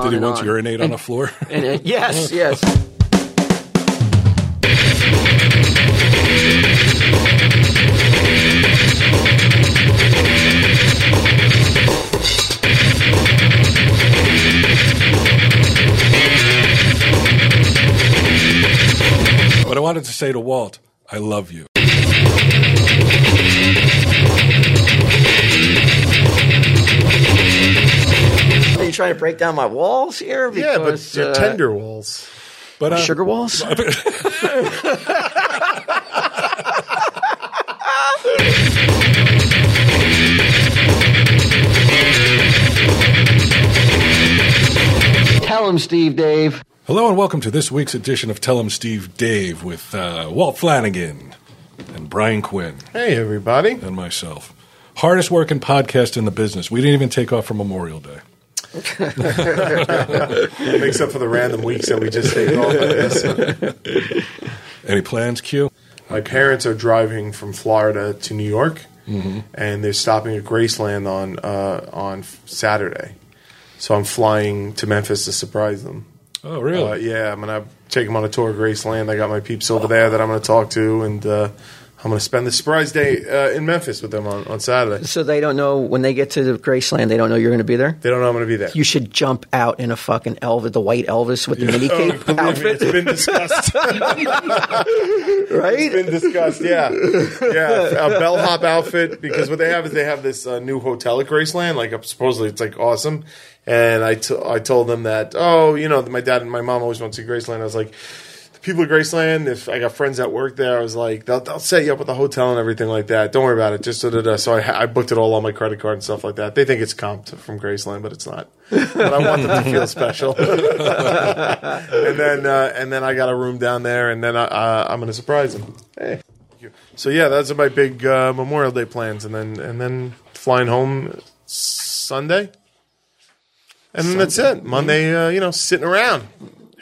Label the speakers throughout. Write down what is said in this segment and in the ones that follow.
Speaker 1: Did
Speaker 2: on
Speaker 1: he
Speaker 2: and
Speaker 1: once
Speaker 2: on.
Speaker 1: urinate on a floor?
Speaker 2: And, uh, yes, yes.
Speaker 1: but I wanted to say to Walt, I love you.
Speaker 2: Are you trying to break down my walls here?
Speaker 3: yeah, but
Speaker 2: Because,
Speaker 3: they're
Speaker 2: uh,
Speaker 3: tender walls.
Speaker 1: But uh,
Speaker 2: Sugar walls?
Speaker 4: Tell him, Steve Dave.
Speaker 1: Hello and welcome to this week's edition of Tell 'em Steve Dave with uh, Walt Flanagan and Brian Quinn
Speaker 3: Hey, everybody.
Speaker 1: and myself. Hardest working podcast in the business. We didn't even take off for Memorial Day.
Speaker 3: Makes up for the random weeks that we just take off. I guess.
Speaker 1: Any plans, Q?
Speaker 3: My parents are driving from Florida to New York,
Speaker 2: Mm-hmm.
Speaker 3: and they're stopping at Graceland on uh, on Saturday. So I'm flying to Memphis to surprise them.
Speaker 1: Oh, really?
Speaker 3: Uh, yeah, I'm gonna take them on a tour of Graceland. I got my peeps over there that I'm gonna talk to, and uh, I'm gonna spend the surprise day uh, in Memphis with them on, on Saturday.
Speaker 2: So they don't know when they get to the Graceland, they don't know you're going to be there?
Speaker 3: They don't know I'm gonna be there.
Speaker 2: You should jump out in a fucking Elvis, the white Elvis with the mini
Speaker 3: Oh,
Speaker 2: cape
Speaker 3: Believe me,
Speaker 2: outfit,
Speaker 3: It's been discussed.
Speaker 2: right?
Speaker 3: been discussed. Yeah, yeah. A bellhop outfit because what they have is they have this uh, new hotel at Graceland. Like uh, supposedly it's like awesome. And I to- I told them that oh you know my dad and my mom always want to see Graceland. I was like. the People at Graceland, if I got friends that work there, I was like, they'll, they'll set you up with a hotel and everything like that. Don't worry about it. Just da da da. So I, ha- I booked it all on my credit card and stuff like that. They think it's comped from Graceland, but it's not. But I want them to feel special. and then uh, and then I got a room down there, and then I, uh, I'm gonna surprise them. Hey. So yeah, those are my big uh, Memorial Day plans, and then and then flying home Sunday, and then that's it. Monday, uh, you know, sitting around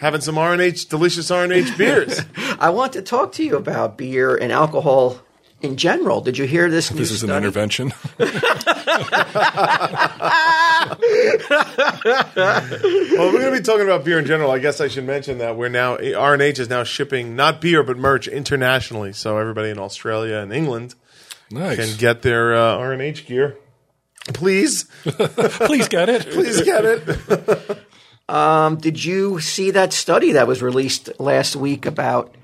Speaker 3: having some RNH delicious RNH beers.
Speaker 2: I want to talk to you about beer and alcohol in general. Did you hear this?
Speaker 1: This is an intervention.
Speaker 3: well, we're gonna be talking about beer in general. I guess I should mention that we're now RNH is now shipping not beer but merch internationally, so everybody in Australia and England
Speaker 1: nice.
Speaker 3: can get their uh, RNH gear. Please,
Speaker 1: Please get it.
Speaker 3: please get it.
Speaker 2: Um, did you see that study that was released last week about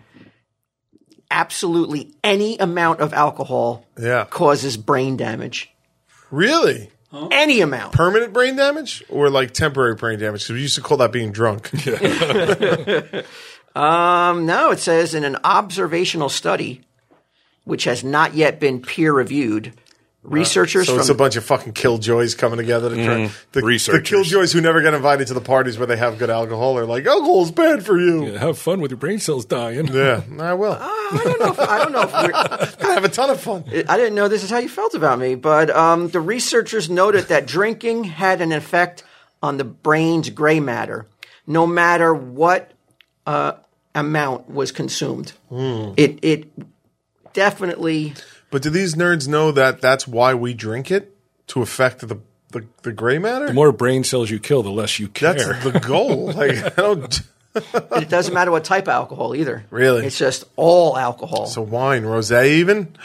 Speaker 2: absolutely any amount of alcohol
Speaker 3: Yeah.
Speaker 2: causes brain damage?
Speaker 3: Really?
Speaker 2: Any amount.
Speaker 3: Permanent brain damage or like temporary brain damage? 'Cause we used to call that being drunk.
Speaker 2: Um, no, it says in an observational study, which has not yet been peer reviewed, researchers
Speaker 3: So it's a
Speaker 2: from
Speaker 3: bunch of fucking killjoys coming together to try. The, the
Speaker 1: Mm-hmm. Researchers.
Speaker 3: killjoys who never get invited to the parties where they have good alcohol are like, alcohol's bad for you.
Speaker 1: Have fun with your brain cells dying.
Speaker 3: Yeah, I will.
Speaker 2: I don't know if, I don't know if we're,
Speaker 3: I have a ton of fun.
Speaker 2: I didn't know this is how you felt about me, but um, the researchers noted that drinking had an effect on the brain's gray matter, no matter what uh, amount was consumed.
Speaker 3: Hmm.
Speaker 2: It it definitely
Speaker 3: But do these nerds know that that's why we drink it? To affect the, the, the gray matter?
Speaker 1: The more brain cells you kill, the less you care.
Speaker 3: that's the goal. Like, I don't.
Speaker 2: it doesn't matter what type of alcohol either.
Speaker 3: Really?
Speaker 2: it's just all alcohol.
Speaker 3: So wine, rosé, even?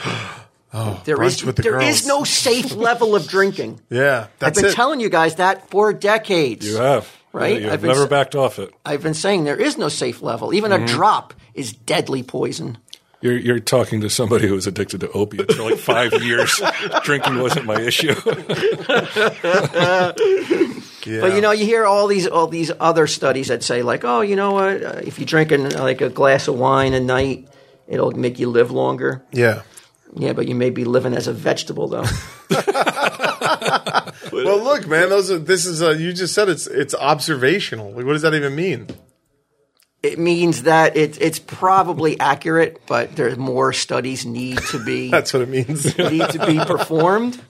Speaker 2: there
Speaker 3: brunch
Speaker 2: is
Speaker 3: with the
Speaker 2: there
Speaker 3: girls.
Speaker 2: is no safe level of drinking.
Speaker 3: Yeah,
Speaker 2: I've
Speaker 3: that's
Speaker 2: been
Speaker 3: it.
Speaker 2: telling you guys that for decades.
Speaker 1: you have.
Speaker 2: Right?
Speaker 1: Yeah,
Speaker 2: I've
Speaker 1: You've
Speaker 2: been
Speaker 1: never
Speaker 2: s-
Speaker 1: backed off it.
Speaker 2: I've been saying there is no safe level. Even
Speaker 3: Mm-hmm.
Speaker 2: a drop is deadly poison.
Speaker 1: You're, you're talking to somebody who was addicted to opiates for like five years. Drinking wasn't my issue.
Speaker 3: Yeah.
Speaker 2: But you know, you hear all these all these other studies that say like, oh, you know what? Uh, If you drink an, like a glass of wine a night, it'll make you live longer.
Speaker 3: Yeah.
Speaker 2: Yeah, but you may be living as a vegetable though.
Speaker 1: uh,
Speaker 3: Well, look, man, those are, this is uh you just said it's it's observational. Like, what does that even mean?
Speaker 2: it means that it's it's probably accurate, but there's more studies need to be
Speaker 3: That's what it means.
Speaker 2: need to be performed.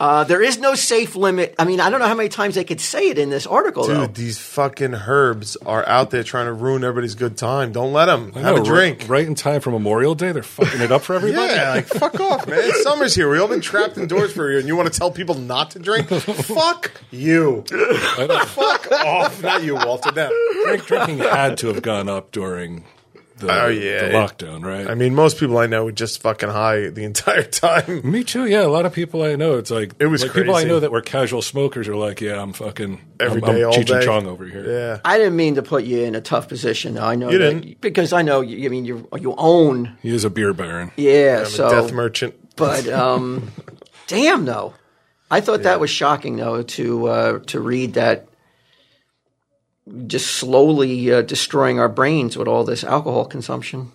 Speaker 2: Uh, there is no safe limit. I mean, I don't know how many times they could say it in this article,
Speaker 3: Dude,
Speaker 2: though.
Speaker 3: these fucking herbs are out there trying to ruin everybody's good time. Don't let them. Have a drink.
Speaker 1: Right, right in time for Memorial Day, they're fucking it up for everybody.
Speaker 3: Yeah, like fuck off, man. Summer's here. We all been trapped indoors for a year, and you want to tell people not to drink? fuck you.
Speaker 1: I don't-
Speaker 3: fuck off. Not you, Walter. Them.
Speaker 1: drink, drinking had to have gone up during the,
Speaker 3: Oh, yeah.
Speaker 1: the lockdown, right?
Speaker 3: I mean, most people I know were just fucking high the entire time.
Speaker 1: me too. Yeah, a lot of people I know. It's like
Speaker 3: It was
Speaker 1: like people I
Speaker 3: crazy.
Speaker 1: know that were casual smokers are like, yeah, I'm fucking
Speaker 3: Every
Speaker 1: I'm, I'm
Speaker 3: day, all
Speaker 1: Cheech and
Speaker 3: day.
Speaker 1: Chong over here.
Speaker 3: Yeah.
Speaker 2: I didn't mean to put you in a tough position. though. I know
Speaker 3: You
Speaker 2: that-
Speaker 3: didn't.
Speaker 2: because I know. You, I mean, you you own.
Speaker 1: He is a beer baron.
Speaker 2: Yeah.
Speaker 3: I'm
Speaker 2: so
Speaker 3: a death merchant.
Speaker 2: but um, damn though, I thought that was shocking though to uh, to read that just slowly uh, destroying our brains with all this alcohol consumption.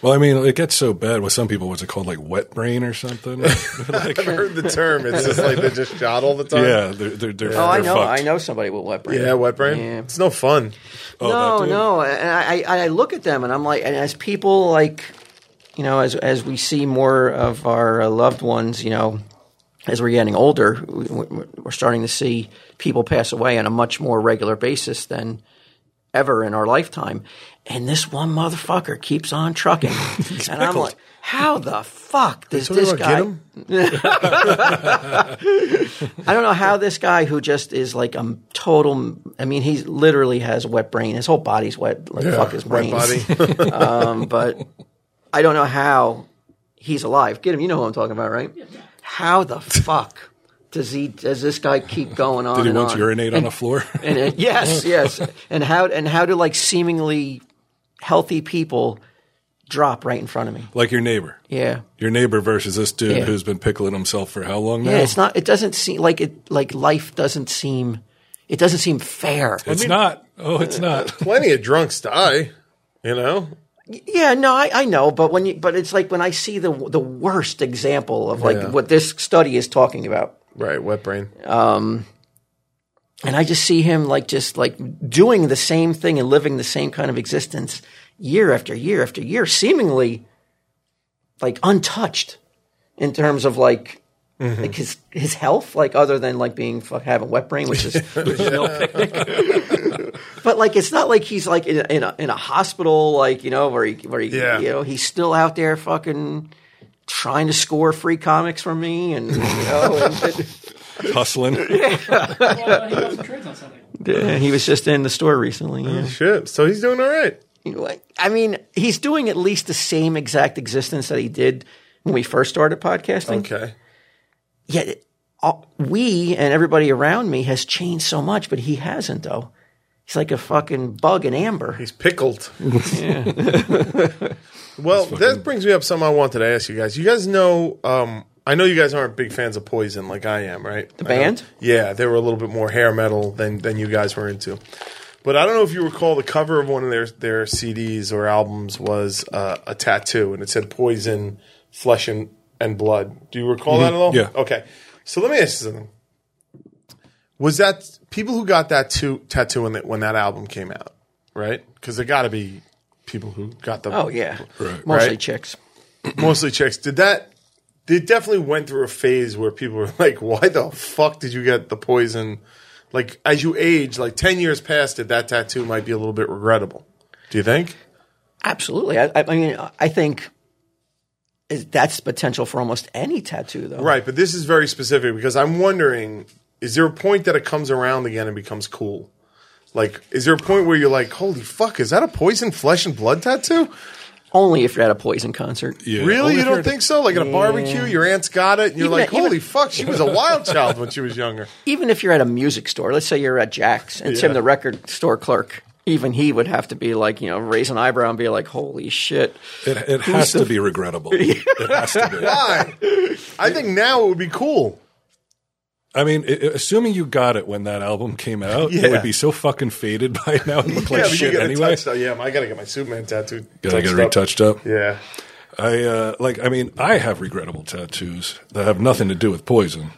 Speaker 1: Well, I mean, it gets so bad with some people. What's it called, like wet brain or something? Like,
Speaker 3: I've heard the term. It's just like they're just shot all the time.
Speaker 1: yeah, they're they're, they're,
Speaker 2: Oh, I
Speaker 1: they're
Speaker 2: know,
Speaker 1: fucked.
Speaker 2: I know somebody with wet brain.
Speaker 3: Yeah, wet brain.
Speaker 2: Yeah.
Speaker 3: It's no fun.
Speaker 1: Oh,
Speaker 2: no,
Speaker 1: that dude.
Speaker 2: no, and I, I I look at them and I'm like, and as people like, you know, as as we see more of our uh, loved ones, you know, as we're getting older, we- we- we're starting to see people pass away on a much more regular basis than ever in our lifetime. And this one motherfucker keeps on trucking, and I'm like, how the fuck does
Speaker 3: told you
Speaker 2: this
Speaker 3: about get
Speaker 2: guy?
Speaker 3: 'em?
Speaker 2: I don't know how this guy who just is like a total. I mean, he literally has a wet brain. His whole body's wet. Like, fuck his
Speaker 3: Wet
Speaker 2: brains.
Speaker 3: body.
Speaker 2: Um, but I don't know how he's alive. Get him. You know who I'm talking about, right? How the fuck does he? Does this guy keep going on?
Speaker 1: Did he
Speaker 2: and
Speaker 1: once
Speaker 2: on?
Speaker 1: urinate on the floor?
Speaker 2: And it, yes, yes. And how? And how do like seemingly healthy people drop right in front of me?
Speaker 1: like your neighbor.
Speaker 2: Yeah.
Speaker 1: Your neighbor versus this dude
Speaker 2: Yeah.
Speaker 1: who's been pickling himself for how long now?
Speaker 2: Yeah, it's not. It doesn't seem like it. Like life doesn't seem. It doesn't seem fair.
Speaker 1: It's not. Oh, it's not.
Speaker 3: Plenty of drunks die. You know.
Speaker 2: Yeah, no, I, I know, but when you, but it's like when I see the the worst example of like
Speaker 3: Yeah.
Speaker 2: what this study is talking about,
Speaker 3: Right. Wet brain.
Speaker 2: and I just see him like just like doing the same thing and living the same kind of existence year after year after year, seemingly like untouched in terms of like like his his health, like other than like being fuck having wet brain, which is, which is no picnic. but like it's not like he's like in a, in a in a hospital, like you know where he where he
Speaker 3: Yeah.
Speaker 2: you know he's still out there fucking. Trying to score free comics from me, and you know, and-
Speaker 1: Hustling.
Speaker 5: Well, he lost some trades on Sunday.
Speaker 2: and he was just in the store recently. yeah.
Speaker 3: Shit. So he's doing all right.
Speaker 2: I mean, he's doing at least the same exact existence that he did when we first started podcasting.
Speaker 3: Okay.
Speaker 2: Yet it- all, we and everybody around me has changed so much, but he hasn't though. He's like a fucking bug in amber.
Speaker 3: He's pickled. well, that brings me up something I wanted to ask you guys. You guys know, um, I know you guys aren't big fans of Poison like I am, right? The
Speaker 2: band?
Speaker 3: Yeah, they were a little bit more hair metal than than you guys were into. But I don't know if you recall the cover of one of their their CDs or albums was uh, a tattoo, and it said Poison, Flesh and, and Blood. Do you recall that at all?
Speaker 1: Yeah.
Speaker 3: Okay. So let me ask you something. Was that people who got that two, tattoo when that, when that album came out, right? Because there got to be people who got the
Speaker 2: Oh yeah,
Speaker 1: Right.
Speaker 2: mostly
Speaker 3: Right.
Speaker 2: chicks.
Speaker 3: mostly chicks. Did that? They definitely went through a phase where people were like, "Why the fuck did you get the poison?" Like as you age, like ten years past it, that tattoo might be a little bit regrettable. Do you think?
Speaker 2: Absolutely. I, I I mean, I think is- that's potential for almost any tattoo though.
Speaker 3: Right, but this is very specific because I'm wondering: is there a point that it comes around again and becomes cool? Like, is there a point where you're like, "Holy fuck, is that a poison flesh and blood tattoo?"
Speaker 2: Only if you're at a Poison concert.
Speaker 1: Yeah. Only
Speaker 3: Really?
Speaker 1: if
Speaker 3: You
Speaker 1: you're
Speaker 3: don't
Speaker 1: the-
Speaker 3: think so? Like at a barbecue, your aunt's got it, and you're
Speaker 2: Even
Speaker 3: like,
Speaker 2: at- even-
Speaker 3: holy fuck, she was a wild child when she was younger.
Speaker 2: even if you're at a music store, let's say you're at Jack's and Tim,
Speaker 3: Yeah.
Speaker 2: the record store clerk, even he would have to be like, you know, raise an eyebrow and be like, holy shit.
Speaker 1: It, it has to be regrettable. It has to be.
Speaker 3: Why? I think now it would be cool.
Speaker 1: I mean, i i- assuming you got it when that album came out, it
Speaker 3: Yeah.
Speaker 1: would be so fucking faded by now and look like
Speaker 3: but you
Speaker 1: shit
Speaker 3: get a
Speaker 1: anyway.
Speaker 3: touched up- yeah, I gotta get my Superman tattoo.
Speaker 1: Gotta get
Speaker 3: touched
Speaker 1: it
Speaker 3: up.
Speaker 1: retouched up.
Speaker 3: Yeah.
Speaker 1: I uh, like. I mean, I have regrettable tattoos that have nothing to do with poison.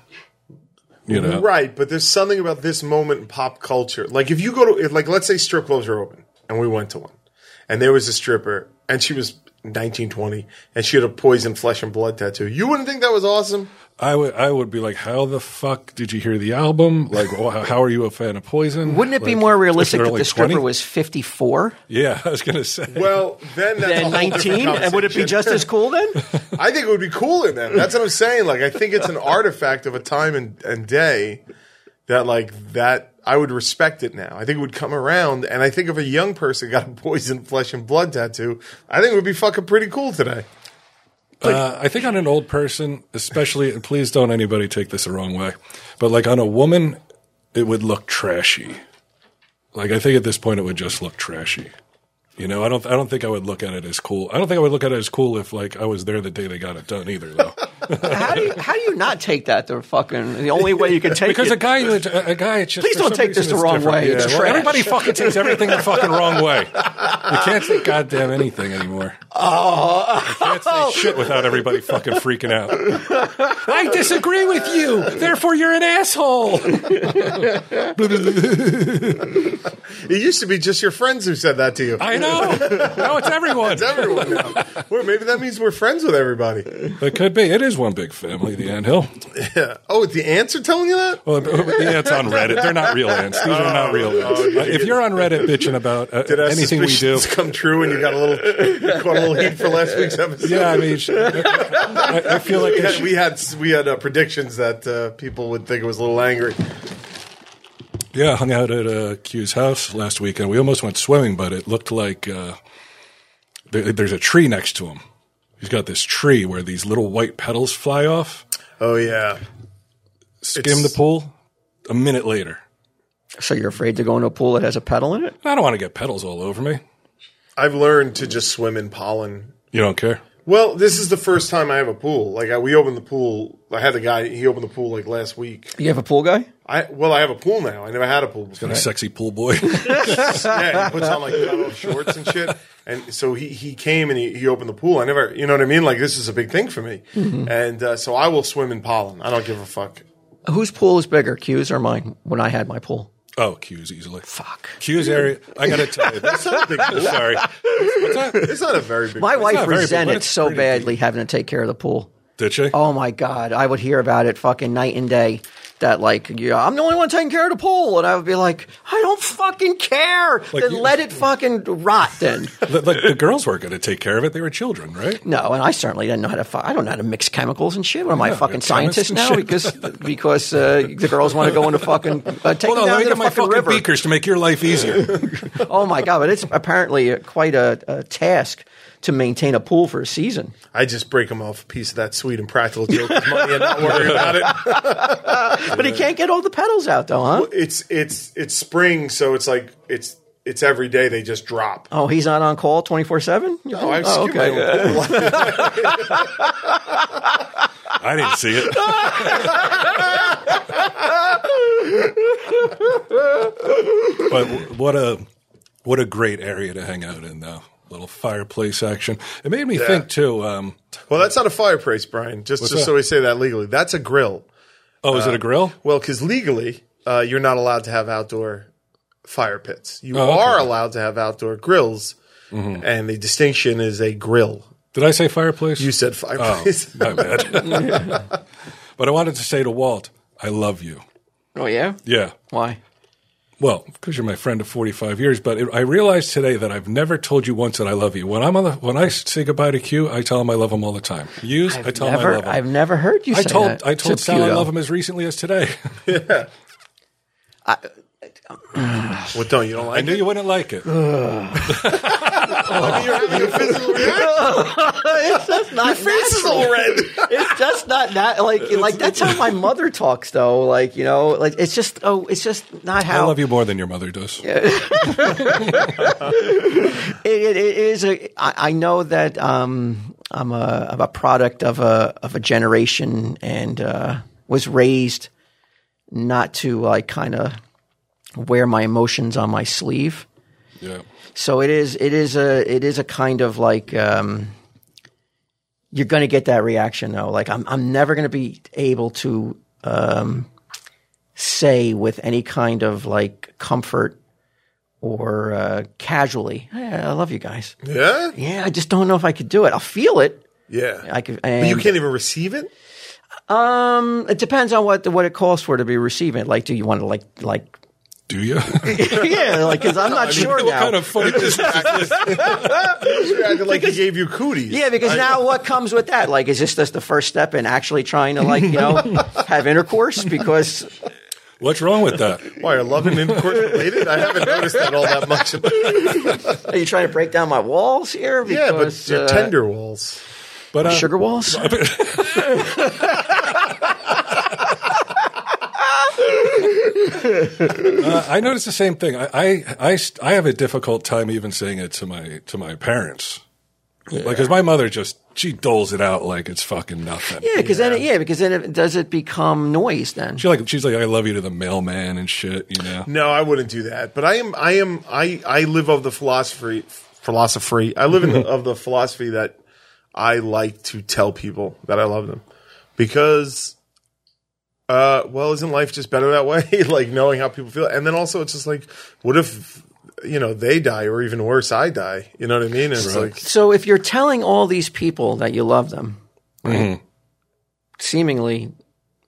Speaker 1: You know,
Speaker 3: Right, but there's something about this moment in pop culture. Like if you go to if, like let's say strip clubs are open and we went to one and there was a stripper and she was 1920 and she had a poison flesh and blood tattoo. You wouldn't think that was awesome?
Speaker 1: I would I would be like, how the fuck did you hear the album? Like, wh- how are you a fan of Poison?
Speaker 2: Wouldn't it be
Speaker 1: Like,
Speaker 2: more realistic
Speaker 1: they're
Speaker 2: that
Speaker 1: like
Speaker 2: the stripper
Speaker 1: 20?
Speaker 2: was 54
Speaker 1: Yeah, I was gonna say.
Speaker 3: Well, then that's a
Speaker 2: than
Speaker 3: whole different
Speaker 2: 19? And would it be
Speaker 3: conversation.
Speaker 2: just as cool then?
Speaker 3: I think it would be cooler then. That's what I'm saying. Like, I think it's an artifact of a time and, and day that, like, that I would respect it now. I think it would come around. And I think if a young person got a poison flesh and blood tattoo, I think it would be fucking pretty cool today.
Speaker 1: Uh, I think on an old person, especially, and please don't anybody take this the wrong way, but like on a woman, it would look trashy. Like I think at this point, it would just look trashy. You know, I don't. I don't think I would look at it as cool. I don't think I would look at it as cool if like I was there the day they got it done either, though.
Speaker 2: How do you, how do you not take that? The fucking the only way you can take
Speaker 1: Because
Speaker 2: it.
Speaker 1: a guy, that- a, a guy, it's just,
Speaker 2: Please
Speaker 1: for
Speaker 2: don't
Speaker 1: some
Speaker 2: take this
Speaker 1: reason
Speaker 2: the
Speaker 1: it's
Speaker 2: wrong
Speaker 1: different.
Speaker 2: way. It's
Speaker 1: well,
Speaker 2: trash.
Speaker 1: Everybody fucking takes everything the fucking wrong way. You can't say goddamn anything anymore. Oh, you can't
Speaker 2: Oh.
Speaker 1: say shit without everybody fucking freaking out. I disagree with you. Therefore, you're an asshole.
Speaker 3: It used to be just your friends who said that to you.
Speaker 1: I know. Now it's everyone.
Speaker 3: It's everyone now. well, maybe that means we're friends with everybody.
Speaker 1: It could be. It is one big family, the Ant Hill.
Speaker 3: Yeah. Oh, it's the ants are telling you that?
Speaker 1: Well, yeah, it's on Reddit. They're not real ants. These are not real ants.
Speaker 2: Oh,
Speaker 1: If you're on Reddit bitching about uh,
Speaker 3: Did our
Speaker 1: anything we do,
Speaker 3: suspicions come true and you got a little, you caught a little heat for last week's episode?
Speaker 1: yeah, I mean, sh- I, I feel like I
Speaker 3: we had
Speaker 1: should-
Speaker 3: we had, we had uh, predictions that uh, people would think it was a little angry.
Speaker 1: Yeah, I hung out at uh, Q's house last weekend. We almost went swimming, but it looked like uh, there, there's a tree next to him. He's got this tree where these little white petals fly off.
Speaker 3: Oh yeah,
Speaker 1: Skim
Speaker 3: It's-
Speaker 1: the pool. A minute later,
Speaker 2: so you're afraid to go in a pool that has a pedal in it?
Speaker 1: I don't want to get petals all over me.
Speaker 3: I've learned to just swim in pollen.
Speaker 1: You don't care.
Speaker 3: Well, this is the first time I have a pool. Like I, we opened the pool. I had the guy. He opened the pool like last week.
Speaker 2: You have a pool guy?
Speaker 3: I well, I have a pool now. I never had a pool before.
Speaker 1: I'm a sexy pool boy.
Speaker 3: yeah, he puts on like cutoff shorts and shit. And so he, he came and he, he opened the pool. I never, you know what I mean? Like this is a big thing for me.
Speaker 1: Mm-hmm.
Speaker 3: And uh, so I will swim in pollen. I don't give a fuck.
Speaker 2: Whose pool is bigger, Q's or mine? When I had my pool,
Speaker 1: oh, Q's easily.
Speaker 2: fuck.
Speaker 1: Q's area. I gotta tell you, this sorry. What's that?
Speaker 3: It's not a very big.
Speaker 2: My
Speaker 3: pool.
Speaker 1: not
Speaker 2: wife
Speaker 1: very big, but
Speaker 2: resented
Speaker 1: it's
Speaker 2: so
Speaker 1: pretty
Speaker 2: badly having to take care of the pool.
Speaker 1: Did she?
Speaker 2: Oh my god, I would hear about it fucking night and day. That like, yeah, I'm the only one taking care of the pool, and I would be like, I don't fucking care. then
Speaker 1: you-
Speaker 2: let it fucking rot. Then
Speaker 1: The, like, the girls weren't gonna take care of it. They were children, right?
Speaker 2: no, and I certainly didn't know how to. Fu- I don't know how to mix chemicals and shit. What am I, a fucking
Speaker 1: you're a chemist
Speaker 2: scientist
Speaker 1: and
Speaker 2: now?
Speaker 1: shit.
Speaker 2: Because because uh, the girls want to go into fucking uh, take
Speaker 1: Hold
Speaker 2: them
Speaker 1: on,
Speaker 2: down
Speaker 1: let me
Speaker 2: to the
Speaker 1: get my
Speaker 2: fucking
Speaker 1: fucking
Speaker 2: river.
Speaker 1: beakers to make your life easier.
Speaker 2: Oh my god, but it's apparently uh, quite a, a task to maintain a pool for a season.
Speaker 3: I just break him off a piece of that sweet and practical joke with money and not worry about it.
Speaker 2: But he can't get all the petals out though, huh?
Speaker 3: it's it's it's spring, so it's like it's it's every day they just drop.
Speaker 2: Oh, he's not on call twenty four seven.
Speaker 3: Oh, I was skipping a pool.
Speaker 1: I didn't see it. but what a what a great area to hang out in, though. Little fireplace action. It made me think too. Um,
Speaker 3: Well, that's not a fireplace, Brian. Just just
Speaker 1: that?
Speaker 3: so we say that legally, that's a grill.
Speaker 1: oh, is it a grill?
Speaker 3: Well, because legally, uh, you're not allowed to have outdoor fire pits. You
Speaker 1: Oh, okay. Mm-hmm.
Speaker 3: are allowed to have outdoor grills, and the distinction is a grill.
Speaker 1: Did I say fireplace?
Speaker 3: You said
Speaker 1: Oh,
Speaker 3: fireplace.
Speaker 1: my bad. but I wanted to say to Walt, I love you.
Speaker 2: Oh yeah.
Speaker 1: Yeah.
Speaker 2: Why?
Speaker 1: Well, because you're my friend of 45 years, but it, I realized today that I've never told you once that I love you. When I'm on the, when I say goodbye to Q, I tell him I love him all the time. You, I tell him I love
Speaker 2: Never,
Speaker 1: him.
Speaker 2: I've never heard you
Speaker 1: I
Speaker 2: say
Speaker 1: told
Speaker 2: that.
Speaker 1: I told
Speaker 2: to
Speaker 1: Sal I
Speaker 2: Pluto.
Speaker 1: love him as recently as today.
Speaker 3: what don't you don't like?
Speaker 1: I knew you wouldn't like it. Your
Speaker 3: I mean, you're having a physical reaction.
Speaker 2: it's just not
Speaker 3: Face is all
Speaker 2: natural.
Speaker 3: red.
Speaker 2: It's just not that like like that's how my mother talks though. Like you know, like it's just oh, it's just not
Speaker 1: I
Speaker 2: how
Speaker 1: love you more than your mother does.
Speaker 2: It, it, it is a. I, I know that um, I'm a I'm a product of a of a generation and uh, was raised not to like kind of wear my emotions on my sleeve.
Speaker 1: Yeah.
Speaker 2: So it is it is a it is a kind of like um, you're going to get that reaction though. Like I'm I'm never going to be able to um, say with any kind of like comfort or uh, casually, hey, I love you guys.
Speaker 3: Yeah,
Speaker 2: Yeah, I just don't know if I could do it. I'll feel it.
Speaker 3: yeah.
Speaker 2: I could.
Speaker 3: but you
Speaker 2: and-
Speaker 3: can't even receive it.
Speaker 2: Um, it depends on what what it calls for to be receiving it. Like, do you want to like like
Speaker 1: Do you?
Speaker 2: yeah, like because I'm not sure
Speaker 1: what
Speaker 2: now.
Speaker 1: kind of funny business is this?
Speaker 3: You acted like he gave you cooties.
Speaker 2: yeah, because now what comes with that? Like, is this just the first step in actually trying to like you know have intercourse? Because
Speaker 1: What's wrong with that?
Speaker 3: Why are love and intercourse related? I haven't noticed that all that much.
Speaker 2: are you trying to break down my walls here?
Speaker 3: yeah, but
Speaker 2: Because,
Speaker 3: they're
Speaker 2: uh,
Speaker 3: tender walls.
Speaker 1: But uh,
Speaker 2: sugar walls.
Speaker 1: uh, I noticed the same thing. I, I, I, st- I have a difficult time even saying it to my to my parents, Like 'cause because my mother just she doles it out like it's fucking nothing.
Speaker 2: Yeah, because then it, yeah, because then it, does it become noise then?
Speaker 1: She like she's like I love you to the mailman and shit. You know.
Speaker 3: No, I wouldn't do that. But I am. I am. I. I live of the philosophy. Philosophy. I live in the, of the philosophy that I like to tell people that I love them because. Uh, well, isn't life just better that way? like knowing how people feel, and then also it's just like, what if you know they die, or even worse, I die. You know what I mean? It's like
Speaker 2: So if you're telling all these people that you love them, right, seemingly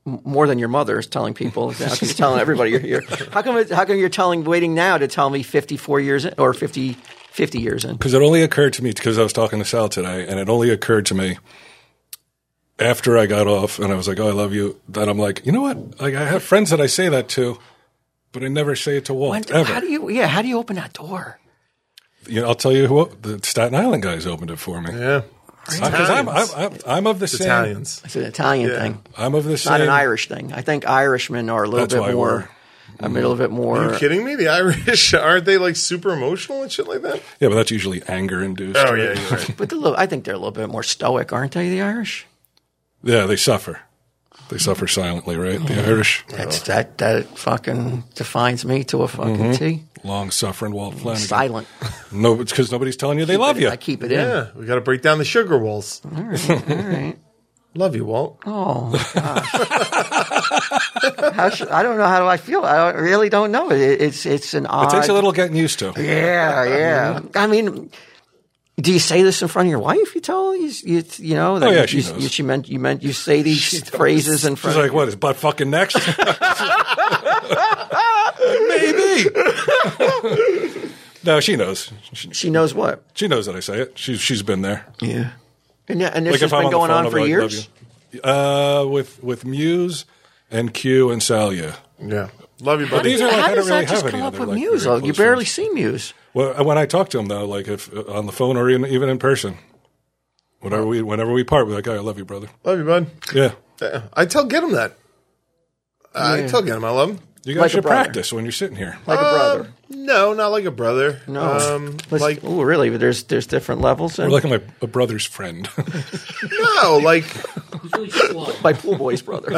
Speaker 2: m- more than your mother is telling people, how come you're telling everybody you're here? How come? it- How come you're telling waiting now to tell me 54 years in, or 50, 50 years in?
Speaker 1: because it only occurred to me because I was talking to Sal today, and it only occurred to me after I got off, and I was like, "Oh, I love you." That I'm like, you know what? Like, I have friends that I say that to, but I never say it to Walt
Speaker 2: When-
Speaker 1: ever.
Speaker 2: How do you? Yeah, how do you open that door?
Speaker 1: you know, I'll tell you who the Staten Island guys opened it for me
Speaker 3: yeah,
Speaker 1: because I'm, I'm,
Speaker 3: Italians.
Speaker 1: I'm, I'm of the same.
Speaker 3: Italians.
Speaker 2: It's an Italian thing,
Speaker 1: I'm of the same.
Speaker 2: not an Irish thing. I think Irishmen are a little
Speaker 1: That's why
Speaker 2: bit
Speaker 1: we're-
Speaker 2: more. I'm a little bit more.
Speaker 3: Are you kidding me? The Irish aren't they like super emotional and shit like that?
Speaker 1: Yeah, but that's usually anger induced.
Speaker 3: Oh yeah, you're right.
Speaker 2: But they're a little, I think they're a little bit more stoic, aren't they? The Irish.
Speaker 1: yeah, they suffer. They suffer silently, right? The
Speaker 2: Oh.
Speaker 1: Irish,
Speaker 2: That's that that fucking defines me to a fucking
Speaker 1: Mm-hmm.
Speaker 2: T.
Speaker 1: long suffering Walt Flanagan.
Speaker 2: Silent.
Speaker 1: No, it's because nobody's telling you they love you.
Speaker 2: I keep it in.
Speaker 3: yeah, we got to break down the sugar walls.
Speaker 2: All right.
Speaker 3: Love you, Walt.
Speaker 2: Oh, gosh. how should, I don't know how do I feel. I don't, really don't know. It, it's it's an odd.
Speaker 1: It takes a little Mm-hmm. getting used to.
Speaker 2: Yeah, yeah. I mean, do you say this in front of your wife? You tell her? you you, you know. That
Speaker 1: Oh, yeah, she
Speaker 2: you,
Speaker 1: knows.
Speaker 2: you- she meant you meant you say these phrases in
Speaker 1: She's
Speaker 2: front.
Speaker 1: like, what is butt fucking next? Maybe. no, she knows. She,
Speaker 2: she knows what.
Speaker 1: she knows that I say it. She's she's been there.
Speaker 2: Yeah. And, and this has been
Speaker 1: the
Speaker 2: going
Speaker 1: phone,
Speaker 2: on,
Speaker 1: I'll
Speaker 2: for
Speaker 1: be like, "Love
Speaker 2: years.
Speaker 1: you." Uh, with with Muse and Q and Sal. Yeah.
Speaker 3: Yeah, love you, buddy.
Speaker 1: These are like
Speaker 2: How
Speaker 1: I
Speaker 2: does
Speaker 1: don't really
Speaker 2: that just
Speaker 1: have any
Speaker 2: come up
Speaker 1: other,
Speaker 2: with
Speaker 1: like, very
Speaker 2: Muse? though? You
Speaker 1: close
Speaker 2: barely
Speaker 1: ones.
Speaker 2: see Muse.
Speaker 1: Well, uh, when I talk to him though, like if uh, on the phone or even, even in person, whenever we whenever we part, we're like, "Oh, I love you, brother."
Speaker 3: Love you, bud.
Speaker 1: Yeah.
Speaker 3: Yeah, I tell get him that. I tell get him I love him.
Speaker 1: You guys
Speaker 2: Like a
Speaker 1: should
Speaker 2: brother.
Speaker 1: practice when you're sitting here.
Speaker 2: Like a brother.
Speaker 3: Um, no, not like a brother.
Speaker 2: No,
Speaker 3: um,
Speaker 2: Let's-
Speaker 3: like
Speaker 2: ooh, really? But there's there's different levels. And
Speaker 1: We're like my a brother's friend.
Speaker 3: no, like
Speaker 5: He's really slow.
Speaker 2: my pool boy's brother.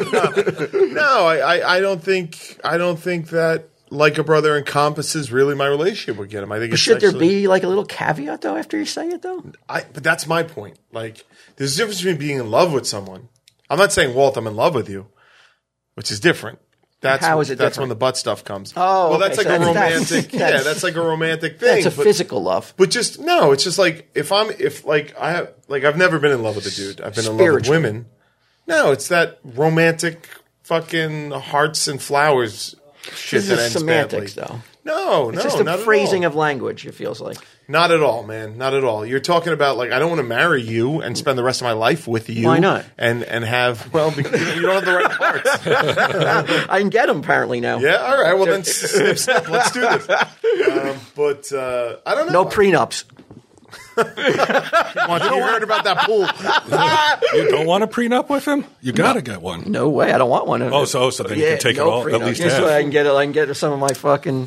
Speaker 3: no. I, I, I don't think I don't think that like a brother encompasses really my relationship with get him. I think it's
Speaker 2: Should there
Speaker 3: actually-
Speaker 2: be like a little caveat though after you say it though?
Speaker 3: I, but that's my point. Like there's a difference between being in love with someone. I'm not saying Walt, I'm in love with you, which is different. That's
Speaker 2: How is it
Speaker 3: That's
Speaker 2: different?
Speaker 3: when the butt stuff comes.
Speaker 2: Oh,
Speaker 3: well, that's
Speaker 2: okay,
Speaker 3: like
Speaker 2: so
Speaker 3: a
Speaker 2: that's- that's-
Speaker 3: romantic. yeah,
Speaker 2: that's-
Speaker 3: that's like a romantic thing.
Speaker 2: That's a
Speaker 3: but-
Speaker 2: physical love.
Speaker 3: But just no, it's just like if I'm if like I have like I've never been in love with a dude. I've been in love with
Speaker 2: Spiritual.
Speaker 3: women. No, it's that romantic fucking hearts and flowers shit
Speaker 2: This
Speaker 3: that
Speaker 2: is
Speaker 3: ends
Speaker 2: semantics
Speaker 3: badly.
Speaker 2: though.
Speaker 3: No, no,
Speaker 2: It's just
Speaker 3: not
Speaker 2: a phrasing
Speaker 3: at all.
Speaker 2: of language. It feels like
Speaker 3: not at all, man, not at all. You're talking about like I don't want to marry you and spend the rest of my life with you.
Speaker 2: Why not?
Speaker 3: And and have well because you don't have the right parts.
Speaker 2: I can get them apparently now.
Speaker 3: yeah, all right. Well then, snip, snip. Let's do this. Um, but uh, I don't
Speaker 2: No
Speaker 3: know.
Speaker 2: prenups.
Speaker 3: You don't heard about that pool.
Speaker 1: you don't want to prenup with him? You got to get one.
Speaker 2: No way. I don't want one.
Speaker 1: Oh, so so then you can take it all at least
Speaker 2: This
Speaker 1: half.
Speaker 2: way I can get it. I can get some of my fucking.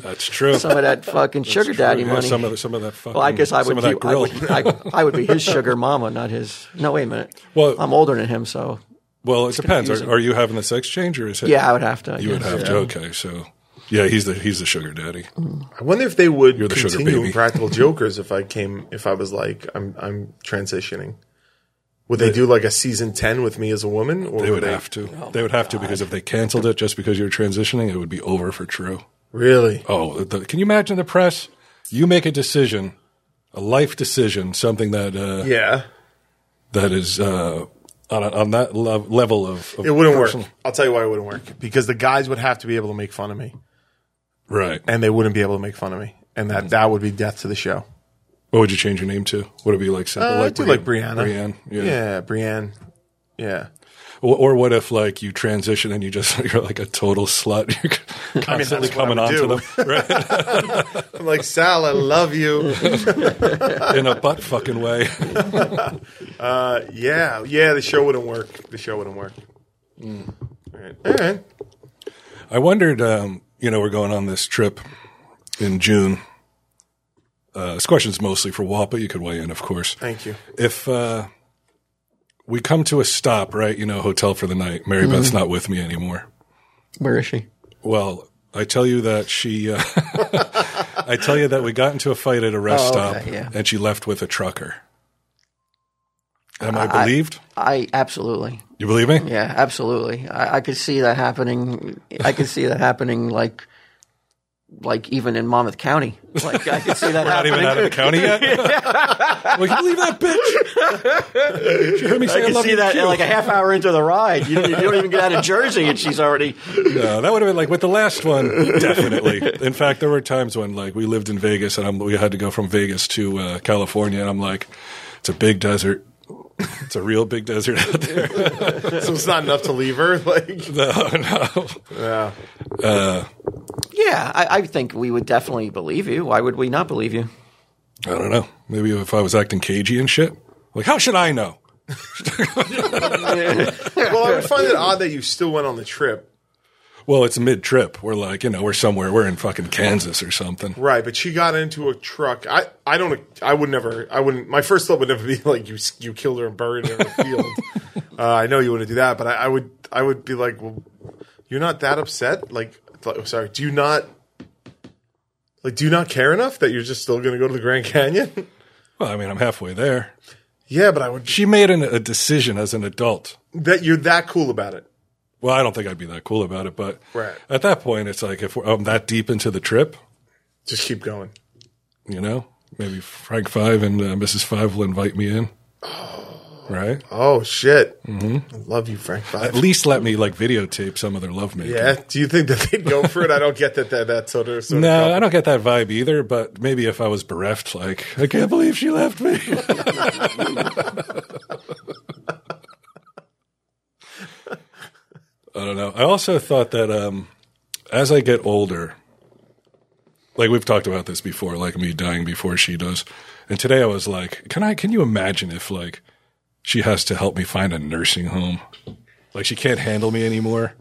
Speaker 1: That's true.
Speaker 2: Some of that fucking sugar daddy
Speaker 1: Yeah,
Speaker 2: money.
Speaker 1: Some of the, some of that fucking.
Speaker 2: well, I guess I would,
Speaker 1: Mm, Some of that
Speaker 2: be, I,
Speaker 1: grill.
Speaker 2: would I, I would be his sugar mama, not his. No, wait a minute.
Speaker 1: Well-
Speaker 2: I'm older than him, so
Speaker 1: well, it depends. Are,
Speaker 2: confusing.
Speaker 1: are you having the sex change or is it?
Speaker 2: yeah, I would have to. I
Speaker 1: you would
Speaker 2: guess.
Speaker 1: have to. Okay, so yeah, he's the he's the sugar daddy.
Speaker 3: I wonder if they would
Speaker 1: the sugar
Speaker 3: continue
Speaker 1: baby.
Speaker 3: in Practical Jokers if I came if I was like I'm I'm transitioning. Would they do like a season ten with me as a woman? Or
Speaker 1: They would have to. they would have to because if they canceled it just because you're transitioning, it would be over for True.
Speaker 3: Really?
Speaker 1: Oh, the, can you imagine the press? You make a decision, a life decision, something that uh,
Speaker 3: Yeah.
Speaker 1: that is uh, on, on that lo- level of, of
Speaker 3: It wouldn't
Speaker 1: personal-
Speaker 3: work. I'll tell you why it wouldn't work. Because the guys would have to be able to make fun of me,
Speaker 1: Right.
Speaker 3: and they wouldn't be able to make fun of me, and that that would be death to the show.
Speaker 1: What would you change your name to? Would it be like simple?
Speaker 3: Uh, I
Speaker 1: like
Speaker 3: do
Speaker 1: Brian-
Speaker 3: like Brianna.
Speaker 1: Brianne. Yeah.
Speaker 3: yeah, Brianne. Yeah.
Speaker 1: Or, or what if like you transition and you just you're like a total slut? You're constantly
Speaker 3: that's what I
Speaker 1: coming
Speaker 3: would
Speaker 1: on to
Speaker 3: do.
Speaker 1: them right?
Speaker 3: I'm like Sal, I love you.
Speaker 1: in a butt fucking way.
Speaker 3: Uh, yeah, yeah. The show wouldn't work. The show wouldn't work. All right. All right.
Speaker 1: I wondered, um, you know, we're going on this trip in June. Uh, this question's mostly for Walt, but you could weigh in, of course.
Speaker 3: Thank you.
Speaker 1: If uh, we come to a stop, right? You know, hotel for the night. Mary
Speaker 3: Mm-hmm.
Speaker 1: Beth's not with me anymore.
Speaker 2: Where is she?
Speaker 1: Well, I tell you that she. Uh, I tell you that we got into a fight at a rest
Speaker 2: Oh,
Speaker 1: stop,
Speaker 2: okay, yeah.
Speaker 1: and she left with a trucker. Am I believed?
Speaker 2: I absolutely,
Speaker 1: you believe me?
Speaker 2: yeah, absolutely. I, I could see that happening. I could see that happening, like, like even in Monmouth County. Like I could see that
Speaker 1: Not
Speaker 2: happening.
Speaker 1: even out of the county yet. well, you believe that bitch? She heard me say I,
Speaker 2: I could
Speaker 1: love
Speaker 2: see
Speaker 1: you.
Speaker 2: that
Speaker 1: too.
Speaker 2: like a half hour into the ride. You, you don't even get out of Jersey, and she's already.
Speaker 1: No, that would have been like with the last one, definitely. In fact, there were times when like we lived in Vegas and I'm, we had to go from Vegas to uh, California, and I'm like, it's a big desert. It's a real big desert out there.
Speaker 3: So it's not enough to leave her. Like,
Speaker 1: No, no.
Speaker 3: yeah.
Speaker 1: Uh,
Speaker 2: Yeah, I, I think we would definitely believe you. Why would we not believe you?
Speaker 1: I don't know. Maybe if I was acting cagey and shit, like how should I know?
Speaker 3: Well, I would find it odd that you still went on the trip,
Speaker 1: Well, it's mid trip. We're like, you know, we're somewhere. We're in fucking Kansas or something.
Speaker 3: right? But she got into a truck. I, I don't. I would never. I wouldn't. My first thought would never be like you. You killed her and buried her in a field. uh, I know you wouldn't do that, but I, I would. I would be like, well, you're not that upset. Like, th- sorry. Do you not? Like, do you not care enough that you're just still going to go to the Grand Canyon?
Speaker 1: Well, I mean, I'm halfway there.
Speaker 3: yeah, but I would.
Speaker 1: She made an, a decision as an adult.
Speaker 3: That you're that cool about it.
Speaker 1: Well, I don't think I'd be that cool about it, but
Speaker 3: Right.
Speaker 1: at that point, it's like if we're, I'm that deep into the trip,
Speaker 3: Just keep going.
Speaker 1: you know, maybe Frank Five and uh, Mrs. Five will invite me in, right?
Speaker 3: Oh shit! I love you, Frank.
Speaker 1: Mm-hmm. At least let me like videotape some of their lovemaking.
Speaker 3: Yeah. Do you think that they'd go for it? I don't get that. That that sort of. Sort
Speaker 1: No,
Speaker 3: of
Speaker 1: I don't get that vibe either. But maybe if I was bereft, like I can't believe she left me. I don't know. I also thought that um, as I get older, like we've talked about this before, like me dying before she does. And today I was like, can I? Can you imagine if like she has to help me find a nursing home? Like she can't handle me anymore.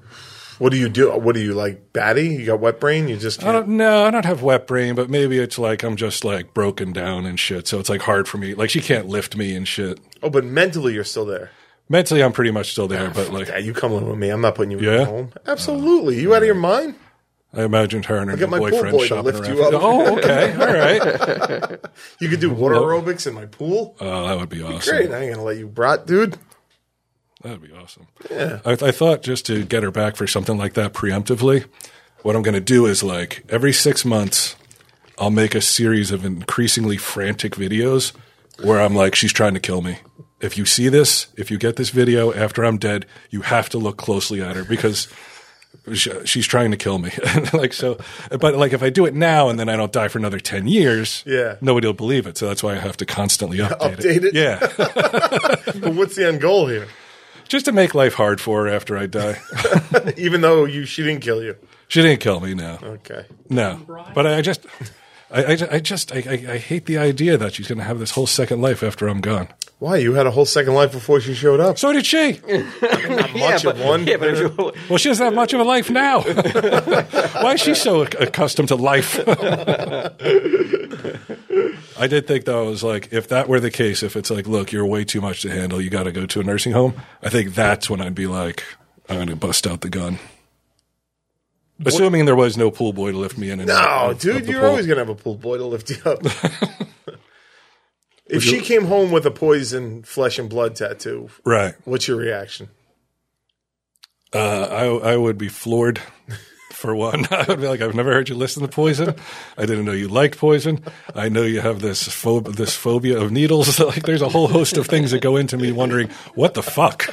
Speaker 3: What do you do? What do you like, batty? You got wet brain? You just
Speaker 1: I
Speaker 3: can't.
Speaker 1: don't know. I don't have wet brain, but maybe it's like I'm just like broken down and shit. So it's like hard for me. Like she can't lift me and shit.
Speaker 3: Oh, but mentally you're still there.
Speaker 1: Mentally, I'm pretty much still there, but like
Speaker 3: Yeah, you come live with me. I'm not putting you
Speaker 1: Yeah?
Speaker 3: at home. Absolutely. You out of your mind?
Speaker 1: I imagined her and her new
Speaker 3: got my pool
Speaker 1: boyfriend
Speaker 3: boy to
Speaker 1: shopping
Speaker 3: lift
Speaker 1: around.
Speaker 3: you up.
Speaker 1: Oh, okay, all right.
Speaker 3: You could do water aerobics in my pool.
Speaker 2: Uh,
Speaker 1: Oh, that would be awesome.
Speaker 3: Great. I ain't gonna let you brat, dude.
Speaker 1: That'd be awesome. Yeah. I, I thought just to get her back for something like that preemptively, what I'm going to do is like every six months, I'll make a series of increasingly frantic videos where I'm like, she's trying to kill me. If you see this, if you get this video after I'm dead, you have to look closely at her because she, she's trying to kill me. like so, but like if I do it now and then I don't die for another ten years,
Speaker 3: Yeah.
Speaker 1: nobody will believe it. So that's why I have to constantly update,
Speaker 3: Update it?
Speaker 1: Yeah.
Speaker 3: But what's the end goal here?
Speaker 1: just to make life hard for her after I die.
Speaker 3: Even though you, she didn't kill you.
Speaker 1: She didn't kill me, no,
Speaker 3: Okay.
Speaker 1: no. But I just, I, I, ju- I just, I, I, I hate the idea that she's going to have this whole second life after I'm gone.
Speaker 3: Why? You had a whole second life before she showed up.
Speaker 1: So did she.
Speaker 3: Not much of one.
Speaker 2: Yeah, but if you-
Speaker 1: Well, she doesn't have much of a life now. Why is she so ac- accustomed to life? I did think though, I was like, if that were the case, if it's like, look, you're way too much to handle, you got to go to a nursing home. I think that's when I'd be like, I'm going to bust out the gun. Assuming there was no pool boy to lift me in. And out
Speaker 3: No,
Speaker 1: of- of
Speaker 3: Oh, dude,
Speaker 1: the
Speaker 3: you're
Speaker 1: pool.
Speaker 3: always gonna have a pool boy to lift you up. if she came home with a poison flesh and blood tattoo,
Speaker 1: right.
Speaker 3: what's your reaction?
Speaker 1: Uh, I I would be floored. for one. I would be like, I've never heard you listen to Poison. I didn't know you liked Poison. I know you have this phob- this phobia of needles. like, there's a whole host of things that go into me wondering what the fuck.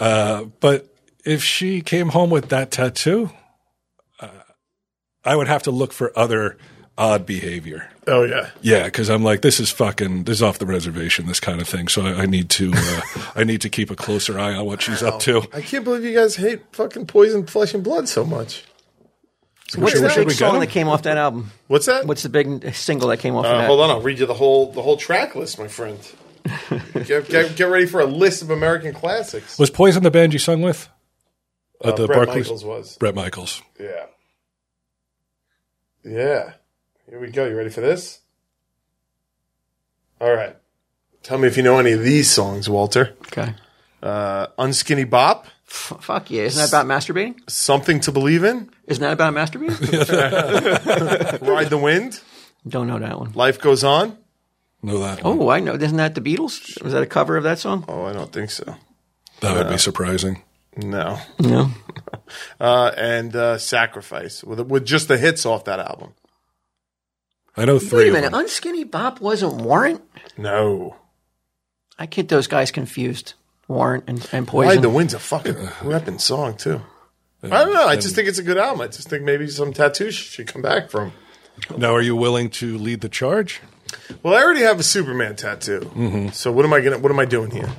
Speaker 1: uh, but if she came home with that tattoo, uh, I would have to look for other odd behavior.
Speaker 3: Oh yeah.
Speaker 1: Yeah, because I'm like, this is fucking, this is off the reservation, this kind of thing. So I, I need to, uh, I need to keep a closer eye on what she's up to.
Speaker 3: I can't believe you guys hate fucking poison flesh and blood so much.
Speaker 2: What's
Speaker 1: should-
Speaker 2: the
Speaker 1: should
Speaker 2: big
Speaker 1: we go?
Speaker 2: song that came off that album?
Speaker 3: What's that?
Speaker 2: What's the big single that came off of
Speaker 3: uh,
Speaker 2: that?
Speaker 3: hold on, I'll read you the whole the whole track list, my friend. get, get, get ready for a list of American classics.
Speaker 1: Was Poison the band you sung with?
Speaker 3: Uh,
Speaker 1: At the
Speaker 3: Bret
Speaker 1: Barclays-
Speaker 3: Michaels was.
Speaker 1: Brett Michaels.
Speaker 3: Yeah. Yeah. Here we go. You ready for this? All right. Tell me if you know any of these songs, Walter.
Speaker 2: Okay.
Speaker 3: Uh, Unskinny Bop,
Speaker 2: F- fuck yeah. Isn't that about masturbating?
Speaker 3: Something to Believe in,
Speaker 2: Isn't that about masturbating?
Speaker 3: Ride the Wind,
Speaker 2: Don't know that one.
Speaker 3: Life Goes On.
Speaker 1: Know that? one.
Speaker 2: Oh, I know. Isn't that the Beatles? Was that a cover of that song?
Speaker 3: Oh, I don't think so.
Speaker 1: that would be surprising.
Speaker 3: No.
Speaker 2: No.
Speaker 3: Uh, and uh, Sacrifice with, with just the hits off that album.
Speaker 1: I know three.
Speaker 2: Wait a
Speaker 1: of
Speaker 2: minute.
Speaker 1: them.
Speaker 2: Unskinny Bop wasn't Warrant?
Speaker 3: No.
Speaker 2: I get those guys confused. Warrant and, and
Speaker 3: Ride the
Speaker 2: Poison.
Speaker 3: Wind's a fucking weapon song, too. I don't know. I just think it's a good album. I just think maybe some tattoos should come back from.
Speaker 1: Now, are you willing to lead the charge?
Speaker 3: Well, I already have a Superman tattoo. So what am I gonna? What am I doing here?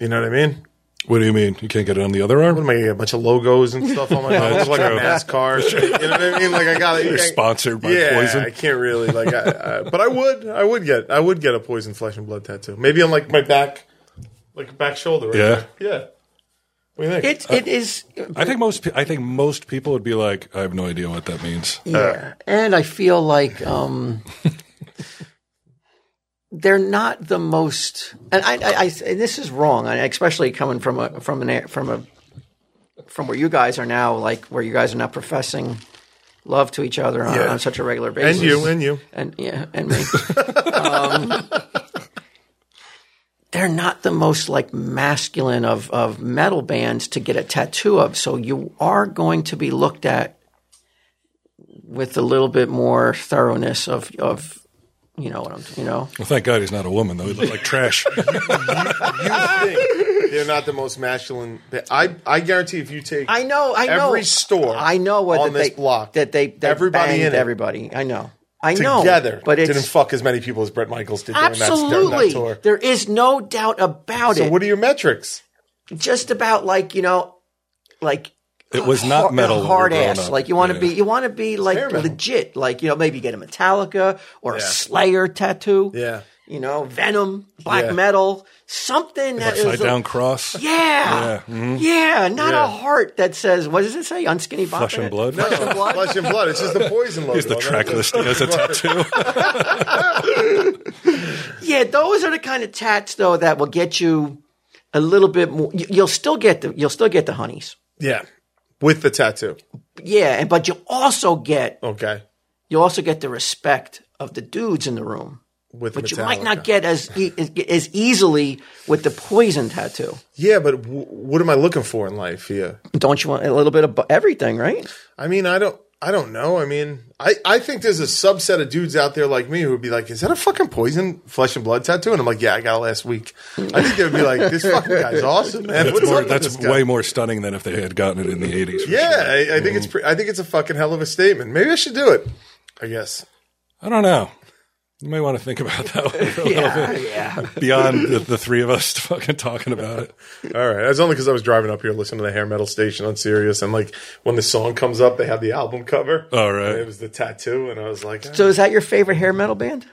Speaker 3: You know what I mean?
Speaker 1: What do you mean? You can't get it on the other
Speaker 3: What
Speaker 1: arm?
Speaker 3: am I gonna get a bunch of logos and stuff on my body? It's like a NASCAR. You know what I mean? Like I got
Speaker 1: You're
Speaker 3: to
Speaker 1: sponsored by
Speaker 3: yeah, I
Speaker 1: Poison.
Speaker 3: can't really like, I, I, but I would, I would get, I would get a poison flesh and blood tattoo. Maybe on like my back, like back shoulder. Right
Speaker 1: Yeah.
Speaker 3: there. yeah. What do you think?
Speaker 2: It, it is.
Speaker 1: I think most. pe- I think most people would be like, I have no idea what that means.
Speaker 3: Uh,
Speaker 2: Yeah. And I feel like um, they're not the most. And I, I, I and this is wrong, and especially coming from a from an a- from a from where you guys are now, like where you guys are now professing love to each other on,
Speaker 3: Yeah.
Speaker 2: on such a regular basis.
Speaker 3: and you, and you.
Speaker 2: and yeah, and me. um, they're not the most like masculine of of metal bands to get a tattoo of, so you are going to be looked at with a little bit more thoroughness of of you know what I'm you know
Speaker 1: Well, thank God he's not a woman though. He looked like trash.
Speaker 2: Ah!
Speaker 3: think they're not the most masculine. I I guarantee if you take
Speaker 2: I know I know
Speaker 3: every store
Speaker 2: I know what
Speaker 3: on
Speaker 2: that
Speaker 3: this
Speaker 2: they,
Speaker 3: block
Speaker 2: that they that
Speaker 3: everybody
Speaker 2: banged
Speaker 3: in it.
Speaker 2: everybody I know I know
Speaker 3: together
Speaker 2: but it's
Speaker 3: didn't fuck as many people as Brett Michaels did during that, during that
Speaker 2: absolutely
Speaker 3: tour.
Speaker 2: there is no doubt about
Speaker 3: So
Speaker 2: it
Speaker 3: what are your metrics?
Speaker 2: just about like you know like
Speaker 1: It was not
Speaker 2: hard-
Speaker 1: metal when we were
Speaker 2: hard
Speaker 1: growing
Speaker 2: ass
Speaker 1: up.
Speaker 2: like you want to
Speaker 1: Yeah.
Speaker 2: be you want to be
Speaker 3: hair
Speaker 2: like
Speaker 3: metal.
Speaker 2: legit like you know maybe get a metallica or a
Speaker 3: Yeah.
Speaker 2: slayer tattoo
Speaker 3: Yeah.
Speaker 2: you know venom black
Speaker 3: Yeah.
Speaker 2: metal something that is
Speaker 1: Upside
Speaker 2: a-
Speaker 1: down mm-hmm. cross.
Speaker 2: yeah yeah, not
Speaker 3: Yeah.
Speaker 2: a heart that says what does it say unskinny bop
Speaker 1: Flesh
Speaker 2: in
Speaker 1: and
Speaker 2: it?
Speaker 1: blood.
Speaker 2: flesh and blood
Speaker 3: Flesh and blood. It's just the poison logo.
Speaker 1: Here's the
Speaker 3: That's
Speaker 1: track
Speaker 3: it.
Speaker 1: listing as a tattoo.
Speaker 2: Yeah, those are the kind of tats though that will get you a little bit more. you- You'll still get the you'll still get the honeys.
Speaker 3: Yeah. With the tattoo.
Speaker 2: Yeah, and but you also get
Speaker 3: Okay.
Speaker 2: you also get the respect of the dudes in the room,
Speaker 3: With
Speaker 2: which
Speaker 3: Metallica.
Speaker 2: you might not get as e- as- as easily with the poison tattoo.
Speaker 3: Yeah, but w- what am I looking for in life? Yeah.
Speaker 2: Don't you want a little bit of bu- everything, right?
Speaker 3: I mean, I don't. I don't know. I mean, I, I think there's a subset of dudes out there like me who would be like, "Is that a fucking poison flesh and blood tattoo?" And I'm like, "Yeah, I got it last week." I think they would be like, "This fucking guy's awesome, man."
Speaker 1: That's,
Speaker 3: What's
Speaker 1: more,
Speaker 3: up with
Speaker 1: that's
Speaker 3: this guy?
Speaker 1: way more stunning than if they had gotten it in the 80s. for
Speaker 3: Yeah,
Speaker 1: sure.
Speaker 3: I, I think
Speaker 1: Mm-hmm.
Speaker 3: it's pre- I think it's a fucking hell of a statement. Maybe I should do it. I guess.
Speaker 1: I don't know. You may want to think about that one for a little
Speaker 3: Oh,
Speaker 1: bit
Speaker 2: yeah.
Speaker 1: beyond the, the three of us fucking talking about it.
Speaker 3: All right. It's only because I was driving up here listening to the hair metal station on Sirius, and like when the song comes up, they have the album cover.
Speaker 1: All right.
Speaker 3: And it was the tattoo, and I was like,
Speaker 2: So is that your favorite hair metal band?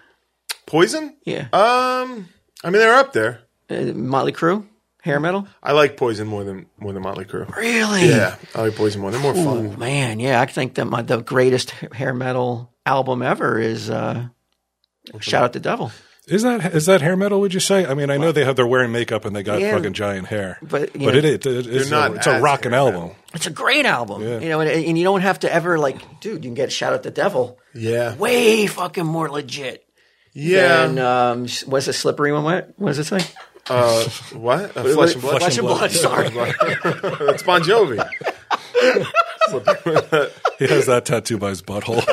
Speaker 3: Poison.
Speaker 2: Yeah,
Speaker 3: Um, I mean, they're up there.
Speaker 2: uh, Motley Crue, hair metal.
Speaker 3: I like Poison more than more than Motley Crue.
Speaker 2: Really?
Speaker 3: Yeah, I like Poison more. They're more
Speaker 2: Ooh,
Speaker 3: fun.
Speaker 2: Oh, man, yeah, I think that my, the greatest hair metal album ever is uh, "Shout Out the Devil."
Speaker 1: Is that is that hair metal? Would you say? I mean, I know they have they're wearing makeup and they got
Speaker 2: Yeah.
Speaker 1: fucking giant hair,
Speaker 2: But, you
Speaker 1: but
Speaker 2: know,
Speaker 1: it, it, it it's,
Speaker 3: not
Speaker 1: a, it's a
Speaker 3: as
Speaker 1: rockin'
Speaker 3: hair metal.
Speaker 1: album.
Speaker 2: It's a great album, you know, and, and you don't have to ever like, dude, you can get "Shout Out the Devil"
Speaker 3: Yeah,
Speaker 2: way fucking more legit.
Speaker 3: yeah.
Speaker 2: And um, was it "Slippery When Wet"? What does it say?
Speaker 3: uh, what? Uh, flesh and blood.
Speaker 1: Flesh
Speaker 2: Flesh and
Speaker 1: and
Speaker 2: blood. Sorry,
Speaker 3: That's Bon Jovi.
Speaker 1: He has that tattoo by his butthole.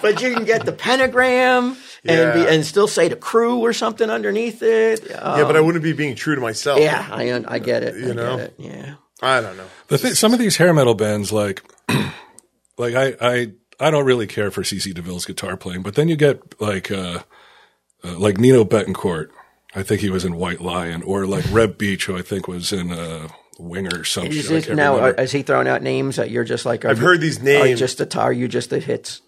Speaker 2: but you can get the pentagram and be,
Speaker 3: Yeah.
Speaker 2: and still say the crew or something underneath it. Uh,
Speaker 3: yeah, but I wouldn't be being true to myself.
Speaker 2: yeah, I un- I get it. I
Speaker 3: know?
Speaker 2: get it. Yeah.
Speaker 3: I don't know.
Speaker 1: the thing, some of these hair metal bands, like, like I, I, I don't really care for CC DeVille's guitar playing, but then you get like, uh, uh like Nino Betancourt. I think he was in White Lion, or like Reb Beach, who I think was in uh, Winger or some
Speaker 2: Is
Speaker 1: shit. I
Speaker 2: it
Speaker 1: can't
Speaker 2: now
Speaker 1: remember.
Speaker 2: is he throwing out names that you're just like?
Speaker 3: I've heard these names.
Speaker 2: Are you just the tar? You just the hits.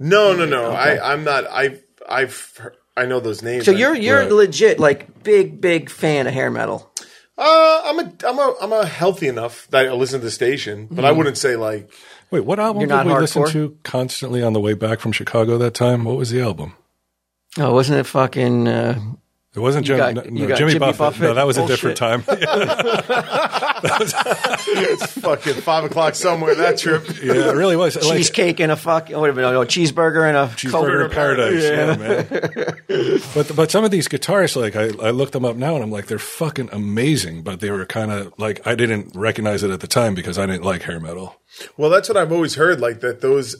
Speaker 3: No, no, no. I, I'm not. I, I've, heard- I know those names.
Speaker 2: So you're you're
Speaker 1: Right.
Speaker 2: legit like big big fan of hair metal.
Speaker 3: Uh, I'm a, I'm a, I'm a healthy enough that I listen to the station, but I wouldn't say like.
Speaker 1: Wait, what album
Speaker 2: You're
Speaker 1: did
Speaker 2: not
Speaker 1: we listen
Speaker 2: hardcore?
Speaker 1: to constantly on the way back from Chicago that time? What was the album?
Speaker 2: Oh, wasn't it fucking? Uh,
Speaker 1: It wasn't Jim,
Speaker 2: got-
Speaker 1: no,
Speaker 2: you
Speaker 1: no,
Speaker 2: got
Speaker 1: Jimmy,
Speaker 2: Jimmy
Speaker 1: Buffett.
Speaker 2: Buffett?
Speaker 1: No, that was a
Speaker 2: Bullshit.
Speaker 1: different time. yeah,
Speaker 3: It's fucking five o'clock somewhere that trip.
Speaker 1: it really was. Like,
Speaker 2: cheesecake and a fuck. oh, Wait a minute, no, cheeseburger and a
Speaker 1: Burger
Speaker 2: Coke.
Speaker 1: in Paradise. Yeah, man. but but some of these guitarists, like I, I look them up now, and I'm like, they're fucking amazing. But they were kind of like I didn't recognize it at the time because I didn't like hair metal.
Speaker 3: Well, that's what I've always heard. Like that, those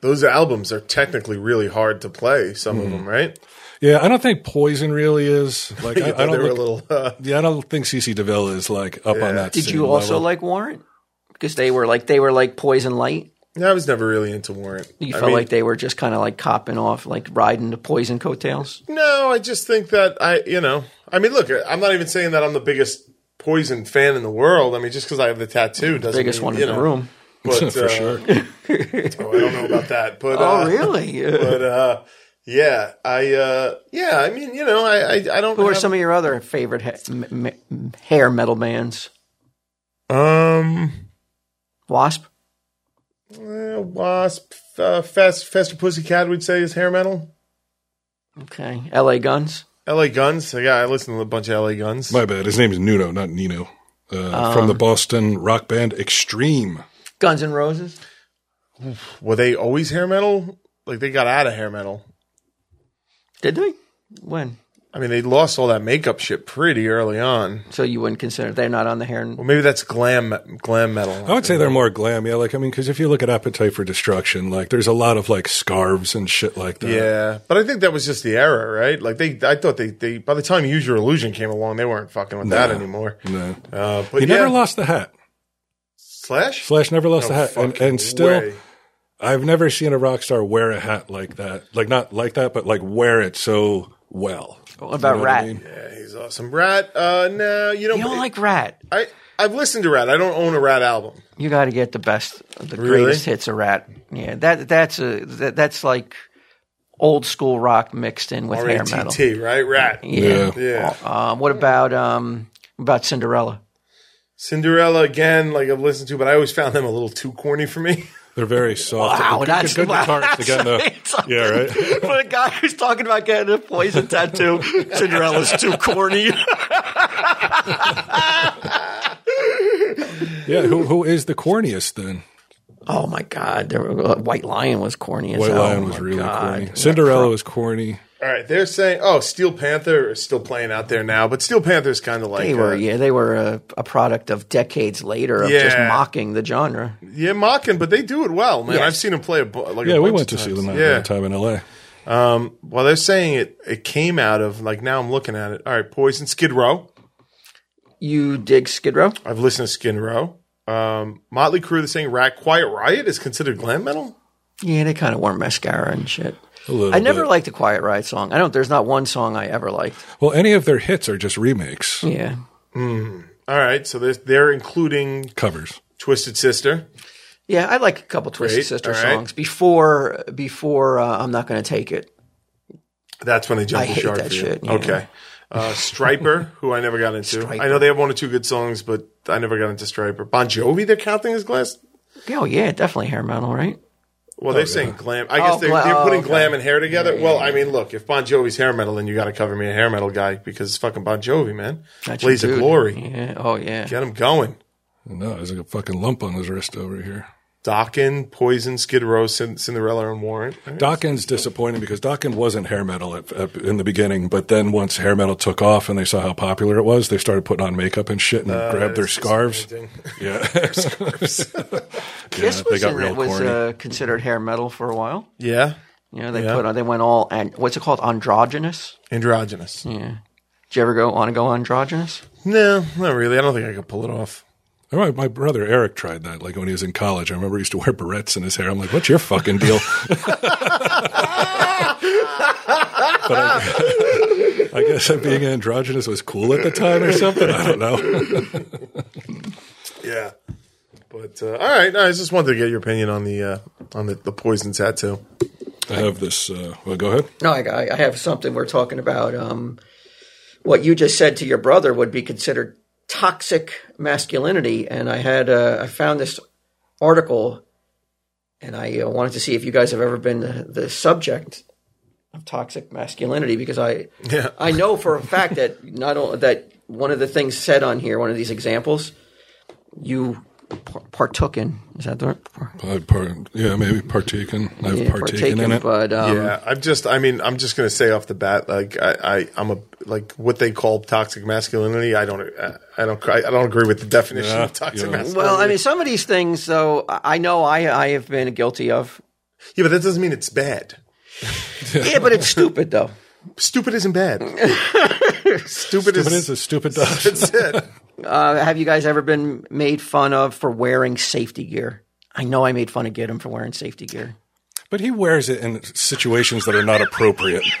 Speaker 3: those albums are technically really hard to play. Some of them, right?
Speaker 1: Yeah, I don't think Poison really is. Like I,
Speaker 3: You
Speaker 1: I
Speaker 3: thought
Speaker 1: don't.
Speaker 3: they were a
Speaker 1: look-
Speaker 3: little. Uh,
Speaker 1: yeah, I don't think CC DeVille is like up on that.
Speaker 2: Did
Speaker 1: same
Speaker 2: you also
Speaker 1: level.
Speaker 2: like Warrant? Because they were like they were like Poison Light.
Speaker 3: I was never really into Warrant.
Speaker 2: You
Speaker 3: I
Speaker 2: felt
Speaker 3: mean,
Speaker 2: like they were just kind of like copping off, like riding the Poison coattails.
Speaker 3: No, I just think that I, you know, I mean, look, I'm not even saying that I'm the biggest Poison fan in the world. I mean, just because I have the tattoo doesn't
Speaker 2: Biggest
Speaker 3: mean,
Speaker 2: one in
Speaker 3: you
Speaker 2: the
Speaker 3: know,
Speaker 2: room.
Speaker 3: But,
Speaker 1: for
Speaker 3: uh,
Speaker 1: sure?
Speaker 3: oh, I don't know about that, but
Speaker 2: Oh,
Speaker 3: uh,
Speaker 2: really?
Speaker 3: But uh, yeah, I uh, yeah, I mean, you know, I I, I don't.
Speaker 2: Who are
Speaker 3: have-
Speaker 2: some of your other favorite ha- m- m- hair metal bands?
Speaker 3: um
Speaker 2: Wasp.
Speaker 3: uh, Wasp, uh, Fast Faster Pussycat would say is hair metal.
Speaker 2: Okay. L.A. Guns.
Speaker 3: L.A. Guns. Yeah, I listen to a bunch of L.A. Guns.
Speaker 1: My bad. His name is Nuno, not Nino. Uh, from the Boston rock band Extreme.
Speaker 2: Guns and Roses.
Speaker 3: Were they always hair metal? Like they got out of hair metal.
Speaker 2: Did they? When?
Speaker 3: I mean, they lost all that makeup shit pretty early on.
Speaker 2: So you wouldn't consider they're not on the hair.
Speaker 3: Well, maybe that's glam glam metal.
Speaker 1: I would say they're more glam. Yeah, like I mean, because if you look at Appetite for Destruction, like there's a lot of like scarves and shit like that.
Speaker 3: Yeah, but I think that was just the era, right? Like they, I thought they, they by the time Use Your Illusion came along, they weren't fucking with that anymore.
Speaker 1: No.
Speaker 3: Uh, but
Speaker 1: He
Speaker 3: yeah,
Speaker 1: never lost the hat.
Speaker 3: Slash.
Speaker 1: Slash never lost
Speaker 3: No
Speaker 1: the hat, and,
Speaker 3: fucking
Speaker 1: and still,
Speaker 3: way.
Speaker 1: I've never seen a rock star wear a hat like that. Like not like that, but like wear it so well.
Speaker 2: What about Oh, Rat?
Speaker 3: yeah, he's awesome. Rat. Uh, no, you don't.
Speaker 2: You don't like Rat.
Speaker 3: I I've listened to Rat. I don't own a Rat album.
Speaker 2: You got to get the best, the
Speaker 3: Really?
Speaker 2: greatest hits of Rat. Yeah, that that's a that, that's like old school rock mixed in with
Speaker 3: R
Speaker 2: hair
Speaker 3: A
Speaker 2: metal.
Speaker 3: T T. Right. Rat.
Speaker 2: Yeah.
Speaker 3: Yeah.
Speaker 2: Um, what about um about Cinderella?
Speaker 3: Cinderella again. Like I've listened to, but I always found them a little too corny for me.
Speaker 1: They're very soft.
Speaker 2: Wow,
Speaker 1: good,
Speaker 2: that's-
Speaker 1: good, good
Speaker 2: wow,
Speaker 1: guitarists again, though.
Speaker 2: that's amazing.
Speaker 1: Yeah, right.
Speaker 2: For a guy who's talking about getting a poison tattoo, Cinderella's too corny.
Speaker 1: Yeah, who who is the corniest then?
Speaker 2: oh my God, there, were- uh, White Lion was corny. As
Speaker 1: White
Speaker 2: hell.
Speaker 1: Lion
Speaker 2: Oh
Speaker 1: was
Speaker 2: my
Speaker 1: really
Speaker 2: God.
Speaker 1: corny. Cinderella was corny.
Speaker 3: All right, they're saying, oh, Steel Panther is still playing out there now, but Steel Panther's kind of like
Speaker 2: They were
Speaker 3: uh,
Speaker 2: yeah, they were a, a product of decades later of just
Speaker 3: Yeah.
Speaker 2: mocking the genre.
Speaker 3: Yeah, mocking, but they do it well, man.
Speaker 2: Yes.
Speaker 3: I've seen them play a bu- like a
Speaker 1: Yeah, we
Speaker 3: bunch
Speaker 1: went to
Speaker 3: of
Speaker 1: see
Speaker 3: times.
Speaker 1: them that
Speaker 3: Yeah,
Speaker 1: time in L.A.
Speaker 3: well, they're saying it. It came out of like now I'm looking at it. All right, Poison, Skid Row.
Speaker 2: You dig Skid Row?
Speaker 3: I've listened to Skid Row. Um, Motley Crue, they're saying Rat Quiet Riot is considered glam metal.
Speaker 2: Yeah, they kind of wore mascara and shit.
Speaker 1: A little
Speaker 2: I never
Speaker 1: bit.
Speaker 2: liked the Quiet Riot song. I don't. There's not one song I ever liked.
Speaker 1: Well, any of their hits are just remakes,
Speaker 2: Yeah,
Speaker 3: All right, so they're, they're including
Speaker 1: covers.
Speaker 3: Twisted Sister.
Speaker 2: yeah. I like a couple Twisted
Speaker 3: Great,
Speaker 2: Sister
Speaker 3: all right.
Speaker 2: songs before before uh, I'm not going to take it.
Speaker 3: That's when they jump
Speaker 2: I
Speaker 3: the
Speaker 2: hate
Speaker 3: shark.
Speaker 2: that
Speaker 3: for you.
Speaker 2: shit, yeah.
Speaker 3: Okay. Uh, Striper, who I never got into. I know they have one or two good songs, but I never got into Striper. Bon Jovi, they're counting as glass.
Speaker 2: Oh yeah, definitely hair metal, right?
Speaker 3: Well, they're saying glam. I guess
Speaker 2: Oh,
Speaker 3: they're,
Speaker 2: gla-
Speaker 3: they're
Speaker 2: oh,
Speaker 3: putting
Speaker 2: okay.
Speaker 3: glam and hair together. well, I mean, look, if Bon Jovi's hair metal, then you got to cover me a hair metal guy because it's fucking Bon Jovi, man.
Speaker 2: That's your
Speaker 3: Blaze of
Speaker 2: dude.
Speaker 3: Glory.
Speaker 2: Yeah. Oh yeah.
Speaker 3: Get him going.
Speaker 1: No, there's like a fucking lump on his wrist over here.
Speaker 3: Dokken, Poison, Skid Row, Cin- Cinderella, and Warrant. All right.
Speaker 1: Dawkins disappointing because Dawkins wasn't hair metal at, at, in the beginning, but then once hair metal took off and they saw how popular it was, they started putting on makeup and shit and
Speaker 2: Uh,
Speaker 1: grabbed their
Speaker 3: it's
Speaker 1: scarves. Yeah,
Speaker 2: Kiss
Speaker 1: uh, they
Speaker 2: was
Speaker 1: got
Speaker 2: in
Speaker 1: real
Speaker 2: it was
Speaker 1: corny.
Speaker 2: uh, considered hair metal for a while.
Speaker 3: Yeah.
Speaker 2: You know, they
Speaker 3: Yeah.
Speaker 2: put on, they went all and what's it called? Androgynous.
Speaker 3: Androgynous.
Speaker 2: Yeah. Did you ever go want to go androgynous?
Speaker 3: No, not really. I don't think I could pull it off.
Speaker 1: I remember my brother Eric tried that, like when he was in college. I remember he used to wear barrettes in his hair. I'm like, what's your fucking deal? but I, I guess that being androgynous was cool at the time or something. I don't know.
Speaker 3: Yeah. But uh, all right, no, I just wanted to get your opinion on the uh, on the, the poison tattoo.
Speaker 1: I have this. Uh, well, go ahead.
Speaker 2: No, I, I have something we're talking about. Um, what you just said to your brother would be considered toxic masculinity, and I had uh, I found this article, and I uh, wanted to see if you guys have ever been the, the subject of toxic masculinity because I
Speaker 3: Yeah.
Speaker 2: I know for a fact that not only that one of the things said on here, one of these examples, you par- partook in. Is that the right?
Speaker 1: I par- yeah, maybe partaken. I've
Speaker 2: Yeah,
Speaker 1: partaken in it.
Speaker 2: but um,
Speaker 3: yeah, I'm just. I mean, I'm just gonna say off the bat, like I, I I'm a like what they call toxic masculinity. I don't, I, I don't, I don't agree with the definition
Speaker 1: Yeah,
Speaker 3: of toxic
Speaker 1: yeah.
Speaker 3: masculinity.
Speaker 2: Well, I mean, some of these things, though, I I know I I have been guilty of.
Speaker 3: yeah, but that doesn't mean it's bad.
Speaker 2: Yeah, but it's stupid, though.
Speaker 3: Stupid isn't bad. Stupid,
Speaker 1: But
Speaker 3: is.
Speaker 1: it's a stupid dog.
Speaker 3: That's it.
Speaker 2: Uh, have you guys ever been made fun of for wearing safety gear? I know I made fun of Gidim for wearing safety gear.
Speaker 1: But he wears it in situations that are not appropriate.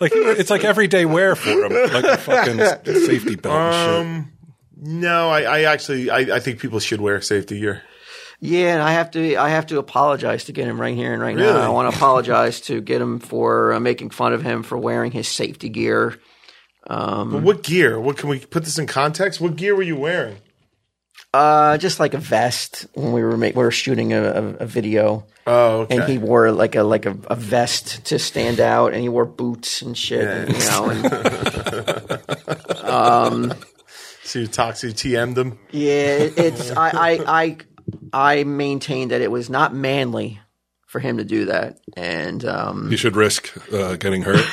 Speaker 1: like it's like everyday wear for him, like a fucking safety belt. and shit.
Speaker 3: No, I, I actually, I, I think people should wear safety gear.
Speaker 2: Yeah, and I have to I have to apologize to Gidim right here and right
Speaker 3: Really?
Speaker 2: now. I want to apologize to Gidim for uh, making fun of him for wearing his safety gear.
Speaker 3: But what gear? What can we put this in context? What gear were you wearing?
Speaker 2: Uh, just like a vest when we were make, we were shooting a, a, a video.
Speaker 3: Oh, okay.
Speaker 2: and he wore like a like a, a vest to stand out, and he wore boots and shit. and, you know, and
Speaker 3: so you toxic TM'd him.
Speaker 2: yeah, it- it's I, I I I maintain that it was not manly for him to do that, and um,
Speaker 1: He should risk uh, getting hurt.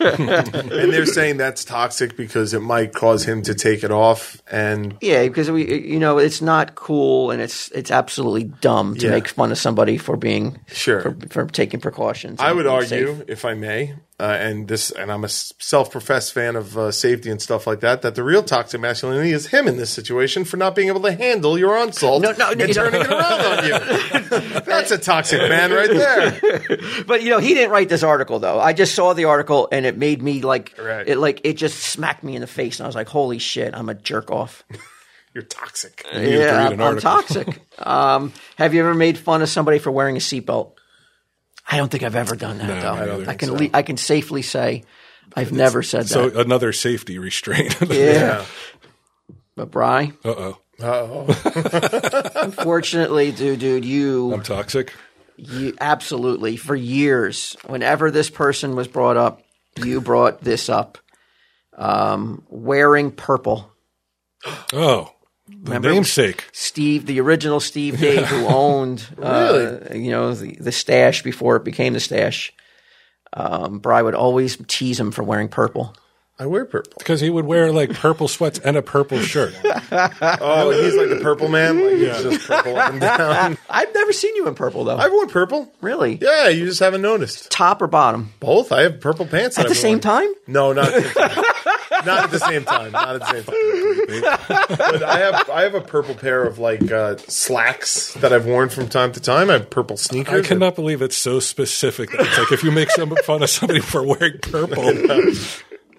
Speaker 3: and they're saying that's toxic because it might cause him to take it off and
Speaker 2: yeah, because we you know it's not cool, and it's it's absolutely dumb to
Speaker 3: Yeah.
Speaker 2: make fun of somebody for being
Speaker 3: Sure.
Speaker 2: for, for taking precautions.
Speaker 3: i
Speaker 2: and
Speaker 3: would
Speaker 2: being
Speaker 3: argue
Speaker 2: safe.
Speaker 3: if i may uh, and this and i'm a s- self-professed fan of uh, safety and stuff like that that the real toxic masculinity is him in this situation for not being able to handle your onslaught
Speaker 2: No, no,
Speaker 3: and
Speaker 2: no, you
Speaker 3: turning
Speaker 2: don't-
Speaker 3: it around on you that's a toxic man right there
Speaker 2: But you know, he didn't write this article though. I just saw the article and it made me like
Speaker 3: Right.
Speaker 2: it like it just smacked me in the face and I was like, "Holy shit, I'm a jerk off."
Speaker 3: you're toxic
Speaker 1: need to read
Speaker 2: yeah,
Speaker 1: an
Speaker 2: I'm, I'm
Speaker 1: article.
Speaker 2: toxic. um, have you ever made fun of somebody for wearing a seatbelt? I don't think I've ever done that though. I,
Speaker 1: don't
Speaker 2: can le- I can safely say I've never said
Speaker 1: So
Speaker 2: that.
Speaker 1: Oh, another safety restraint.
Speaker 2: yeah. But Bry,
Speaker 1: Uh oh.
Speaker 3: oh
Speaker 2: fortunately, dude, dude, you
Speaker 1: I'm toxic.
Speaker 2: You, absolutely. For years, whenever this person was brought up, you brought this up. Um, wearing purple.
Speaker 1: Oh, the namesake.
Speaker 2: Steve, the original Steve Dave, who owned, uh, you know, the, the stash before it became the stash. Um, Bry would always tease him for wearing purple.
Speaker 3: i wear purple
Speaker 1: Because he would wear like purple sweats and a purple shirt.
Speaker 3: oh he's like the purple man like he's just purple up and down
Speaker 2: I've never seen you in purple though.
Speaker 3: i've worn purple
Speaker 2: really?
Speaker 3: yeah you just haven't noticed
Speaker 2: Top or bottom?
Speaker 3: Both. I have purple pants
Speaker 2: At the same time?
Speaker 3: No, not at the same time. not at the same time. Not at the same time. But I have I have a purple pair of like uh, slacks that I've worn from time to time. I have purple
Speaker 1: I
Speaker 3: sneakers.
Speaker 1: cannot believe it's so specific. That it's like if you make some fun of somebody for wearing purple.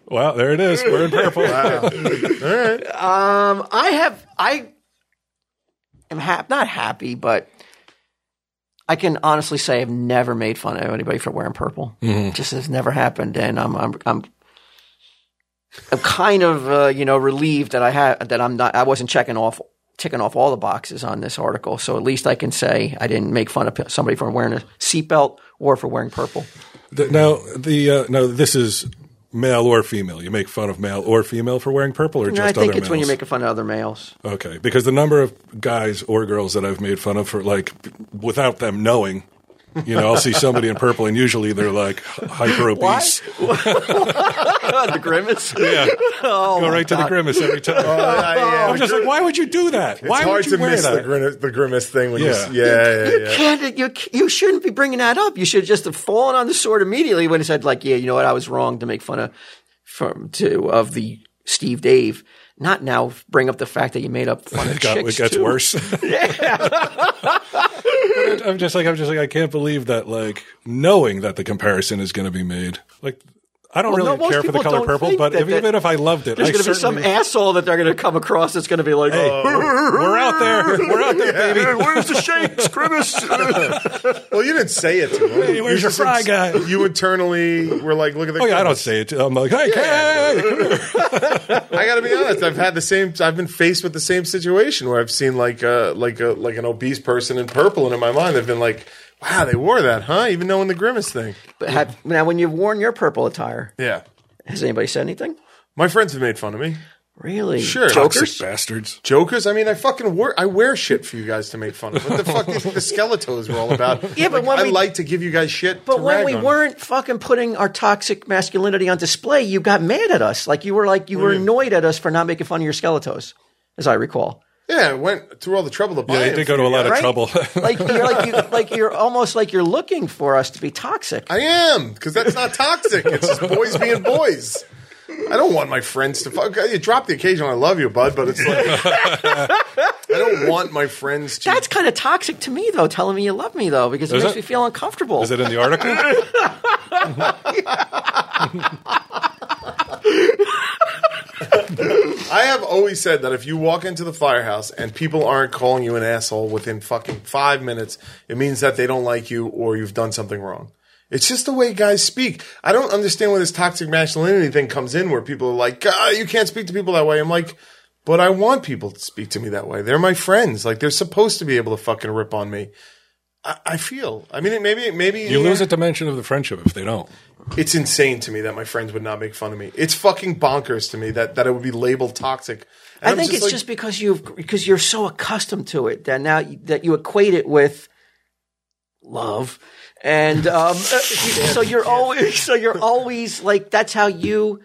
Speaker 1: Wow, there it is. Wearing purple. Oh,
Speaker 2: I have I am hap- not happy, but I can honestly say I've never made fun of anybody for wearing purple. It just has never happened, and I'm I'm I'm, I'm kind of uh, you know relieved that I had that I'm not I wasn't checking off ticking off all the boxes on this article. So at least I can say I didn't make fun of p- somebody for wearing a seatbelt or for wearing purple.
Speaker 1: The- Now the uh, now this is male or female. You make fun of male or female for wearing purple, or
Speaker 2: No,
Speaker 1: just
Speaker 2: I think
Speaker 1: other
Speaker 2: it's when
Speaker 1: males?
Speaker 2: you're making fun of other males.
Speaker 1: Okay, because the number of guys or girls that I've made fun of for like without them knowing, you know, I'll see somebody in purple, and usually they're like hyper obese.
Speaker 2: the grimace.
Speaker 1: Yeah,
Speaker 2: Oh,
Speaker 1: go right to the grimace every time.
Speaker 3: Uh, yeah,
Speaker 1: I'm just like, why would you do that?
Speaker 3: it's
Speaker 1: why
Speaker 3: hard
Speaker 1: would you
Speaker 3: to
Speaker 1: wear
Speaker 3: miss
Speaker 1: that?
Speaker 3: the, grin- the grimace thing when you s-
Speaker 1: Yeah.
Speaker 3: yeah, yeah,
Speaker 2: You
Speaker 3: yeah.
Speaker 2: can't. You you shouldn't be bringing that up. You should just have fallen on the sword immediately when it said like, yeah, you know what, I was wrong to make fun of from to of the Steve Dave. Not now. Bring up the fact that you made up fun of
Speaker 1: It, got,
Speaker 2: chicks
Speaker 1: it gets
Speaker 2: too.
Speaker 1: worse. I'm just like I'm just like I can't believe that like knowing that the comparison is going to be made. Like I don't
Speaker 2: Well, no,
Speaker 1: really
Speaker 2: most
Speaker 1: care for the
Speaker 2: people
Speaker 1: color
Speaker 2: don't
Speaker 1: purple,
Speaker 2: think
Speaker 1: but
Speaker 2: that-
Speaker 1: if,
Speaker 2: that-
Speaker 1: even if I loved it,
Speaker 2: There's
Speaker 1: I
Speaker 2: going to be some
Speaker 1: certainly-
Speaker 2: asshole that they're going to come across that's going to be like, "Oh,
Speaker 1: Hey, we're out there. We're out there, baby.
Speaker 2: "Where's the shakes, grimace?"
Speaker 3: Well, you didn't say it to him.
Speaker 1: where's
Speaker 3: You just
Speaker 1: your fry
Speaker 3: ins-
Speaker 1: guy?
Speaker 3: You internally were like, look at the.
Speaker 1: Oh yeah, I don't say it. I'm like, hey, hey, come here.
Speaker 3: I gotta be honest. I've had the same. I've been faced with the same situation where I've seen like a like a like an obese person in purple, and in my mind, I've been like, wow, they wore that, huh? Even knowing the grimace thing.
Speaker 2: but have, now, when you've worn your purple attire,
Speaker 3: Yeah,
Speaker 2: has anybody said anything?
Speaker 3: my friends have made fun of me.
Speaker 2: Really?
Speaker 3: Sure.
Speaker 1: toxic
Speaker 2: Jokers?
Speaker 1: bastards.
Speaker 3: Jokers. I mean, I fucking wear I wear shit for you guys to make fun of. What the fuck do you think the Skeletons were all about?
Speaker 2: Yeah, but
Speaker 3: Like,
Speaker 2: when
Speaker 3: I
Speaker 2: we-
Speaker 3: like to give you guys shit.
Speaker 2: But
Speaker 3: to
Speaker 2: when
Speaker 3: rag
Speaker 2: we
Speaker 3: on.
Speaker 2: weren't fucking putting our toxic masculinity on display, you got mad at us. Like you were like you were annoyed at us for not making fun of your skeletos, as I recall.
Speaker 3: yeah, it went through all the trouble to buy.
Speaker 1: Yeah,
Speaker 3: it
Speaker 1: they did go
Speaker 3: for
Speaker 1: to a
Speaker 3: you
Speaker 1: lot of
Speaker 2: Right?
Speaker 3: guys.
Speaker 1: trouble.
Speaker 2: Like you're like you like you're almost like you're looking for us to be toxic.
Speaker 3: I am because that's not toxic. It's just boys being boys. I don't want my friends to fuck. You drop the occasional "I love you, bud," but it's like I don't want my friends to.
Speaker 2: That's kind of toxic to me though, telling me you love me though, because it
Speaker 1: Is it?
Speaker 2: makes me feel uncomfortable.
Speaker 1: Is it in the article?
Speaker 3: I have always said that if you walk into the firehouse and people aren't calling you an asshole within fucking five minutes, it means that they don't like you or you've done something wrong. It's just the way guys speak. I don't understand where this toxic masculinity thing comes in, where people are like, "God, you can't speak to people that way." I'm like, but I want people to speak to me that way. They're my friends. Like they're supposed to be able to fucking rip on me. I, I feel. I mean, it- maybe maybe
Speaker 1: You lose a dimension of the friendship if they don't.
Speaker 3: it's insane to me that my friends would not make fun of me. It's fucking bonkers to me that that it would be labeled toxic. And
Speaker 2: I
Speaker 3: I'm
Speaker 2: think it's
Speaker 3: like-
Speaker 2: just because you've because you're so accustomed to it that now you- that you equate it with love, and um, uh, so you're always so you're always like that's how you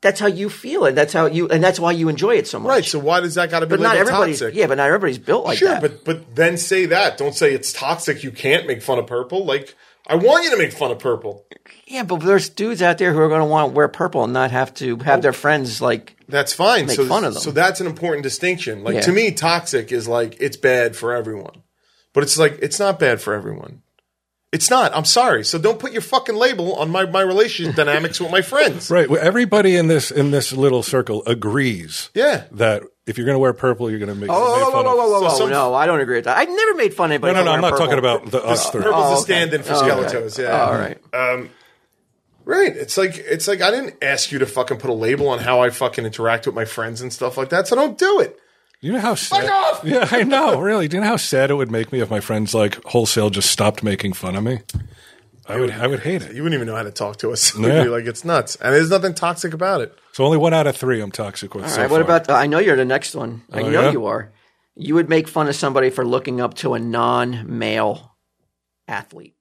Speaker 2: that's how you feel it. That's how you and that's why you enjoy it so much.
Speaker 3: Right. So why does that got to be
Speaker 2: But not
Speaker 3: labeled
Speaker 2: everybody's
Speaker 3: toxic?
Speaker 2: yeah, but not everybody's built like
Speaker 3: sure.
Speaker 2: that.
Speaker 3: But but then say that. Don't say it's toxic. You can't make fun of purple. Like I want you to make fun of purple.
Speaker 2: yeah, but there's dudes out there who are going to want to wear purple and not have to have their friends like
Speaker 3: That's fine.
Speaker 2: Make
Speaker 3: so
Speaker 2: fun of them.
Speaker 3: so that's an important distinction. Like
Speaker 2: Yeah.
Speaker 3: to me, toxic is like it's bad for everyone, but it's like it's not bad for everyone. It's not. I'm sorry. So don't put your fucking label on my my relationship dynamics with my friends.
Speaker 1: Right. Well, everybody in this in this little circle agrees.
Speaker 3: Yeah.
Speaker 1: That if you're going to wear purple, you're going to make.
Speaker 2: oh
Speaker 1: make
Speaker 2: whoa, whoa,
Speaker 1: fun
Speaker 2: whoa,
Speaker 1: of-
Speaker 2: whoa, whoa, whoa,
Speaker 3: some-
Speaker 2: no, I don't agree with that. I've never made fun of
Speaker 1: No, no, no.
Speaker 2: anybody. for
Speaker 1: I'm not talking
Speaker 2: wearing purple.
Speaker 1: about the us three.
Speaker 3: Purple's
Speaker 2: Oh,
Speaker 3: a
Speaker 2: okay.
Speaker 3: stand-in for
Speaker 2: Oh, okay.
Speaker 3: Skeletos. Yeah.
Speaker 2: all right.
Speaker 3: Right. It's like it's like I didn't ask you to fucking put a label on how I fucking interact with my friends and stuff like that. So don't do it.
Speaker 1: You know how sad?
Speaker 3: off!
Speaker 1: Yeah, I know. Really, do you know how sad it would make me if my friends like wholesale just stopped making fun of me? I would. I would hate it.
Speaker 3: You wouldn't even know how to talk to us.
Speaker 1: Yeah.
Speaker 3: You'd be like, it's nuts. And there's nothing toxic about it.
Speaker 1: So only one out of three I'm toxic with.
Speaker 2: All
Speaker 1: so
Speaker 2: right, what
Speaker 1: far.
Speaker 2: about? I know you're the next one. I
Speaker 1: Oh,
Speaker 2: know
Speaker 1: yeah?
Speaker 2: you are. You would make fun of somebody for looking up to a non-male athlete.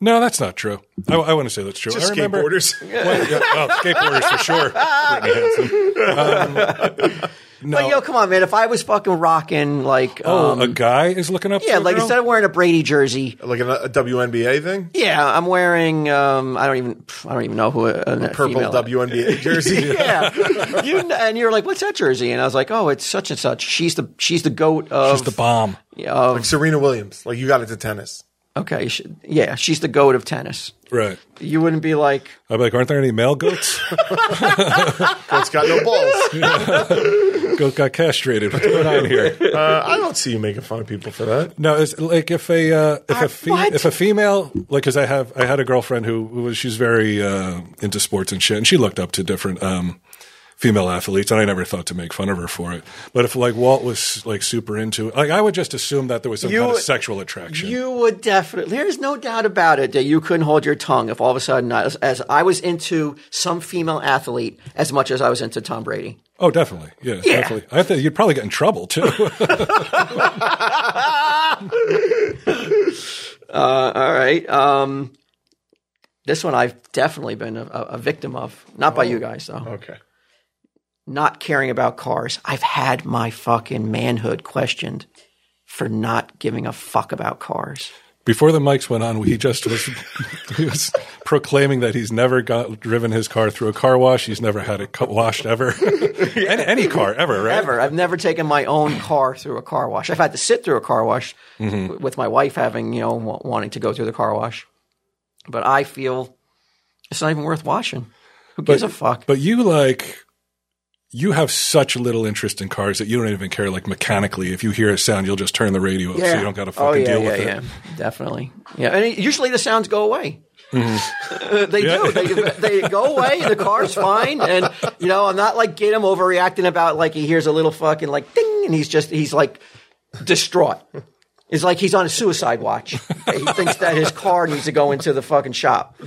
Speaker 1: No, that's not true. I, I wouldn't say that's true.
Speaker 3: Just
Speaker 1: I remember,
Speaker 3: skateboarders.
Speaker 1: Well, yeah, well, skateboarders for sure. Whitney Hansen. Um, no.
Speaker 2: But yo, come on, man! If I was fucking rocking like,
Speaker 1: oh,
Speaker 2: um,
Speaker 1: a guy is looking up.
Speaker 2: yeah,
Speaker 1: to a
Speaker 2: like
Speaker 1: girl?
Speaker 2: instead of wearing a Brady jersey,
Speaker 3: like a, a WNBA thing?
Speaker 2: yeah, I'm wearing. Um, I don't even. pff, I don't even know who a, a
Speaker 3: Purple
Speaker 2: female-
Speaker 3: WNBA jersey.
Speaker 2: Yeah, you kn- and you're like, what's that jersey? And I was like, oh, it's such and such. She's the she's the goat of
Speaker 1: She's the bomb.
Speaker 2: of-
Speaker 3: Serena Williams. Like you got into tennis.
Speaker 2: okay, she, yeah, she's the goat of tennis.
Speaker 1: Right.
Speaker 2: You wouldn't be like,
Speaker 1: I'm like, aren't there any male goats?
Speaker 3: It's got no balls.
Speaker 1: Goat got castrated. What's going on here?
Speaker 3: Uh, I don't see you making fun of people for that.
Speaker 1: No, it's like if a uh, if a fe-
Speaker 2: what?
Speaker 1: if a female like because I have I had a girlfriend who, who was she's very uh, into sports and shit, and she looked up to different um, female athletes, and I never thought to make fun of her for it. But if like Walt was like super into, like I would just assume that there was some
Speaker 2: You
Speaker 1: kind of
Speaker 2: would-
Speaker 1: sexual attraction.
Speaker 2: You would definitely. There's no doubt about it that you couldn't hold your tongue if all of a sudden, as, as I was into some female athlete as much as I was into Tom Brady.
Speaker 1: oh, definitely, yeah,
Speaker 2: Yeah.
Speaker 1: definitely. I think you'd probably get in trouble too.
Speaker 2: Uh, all right. Um, this one I've definitely been a, a a victim of. Not by you guys, though.
Speaker 3: Okay.
Speaker 2: Not caring about cars. I've had my fucking manhood questioned for not giving a fuck about cars.
Speaker 1: Before the mics went on, he just was, he was proclaiming that he's never got driven his car through a car wash. He's never had it cut, washed ever, any, any car ever, right?
Speaker 2: Ever. I've never taken my own car through a car wash. I've had to sit through a car wash
Speaker 1: Mm-hmm.
Speaker 2: w- with my wife having, you know, wa- wanting to go through the car wash. But I feel it's not even worth washing. Who gives a fuck?
Speaker 1: But you like, you have such little interest in cars that you don't even care. Like mechanically, if you hear a sound, you'll just turn the radio up, so you don't got to fucking
Speaker 2: oh, yeah,
Speaker 1: deal
Speaker 2: yeah,
Speaker 1: with it.
Speaker 2: yeah. Definitely. Yeah. And it- usually the sounds go away.
Speaker 3: Mm-hmm.
Speaker 2: Uh, they do. They, they go away. The car's fine, and you know I'm not like get him overreacting about like he hears a little fucking like ding, and he's just he's like distraught. It's like he's on a suicide watch. He thinks that his car needs to go into the fucking shop,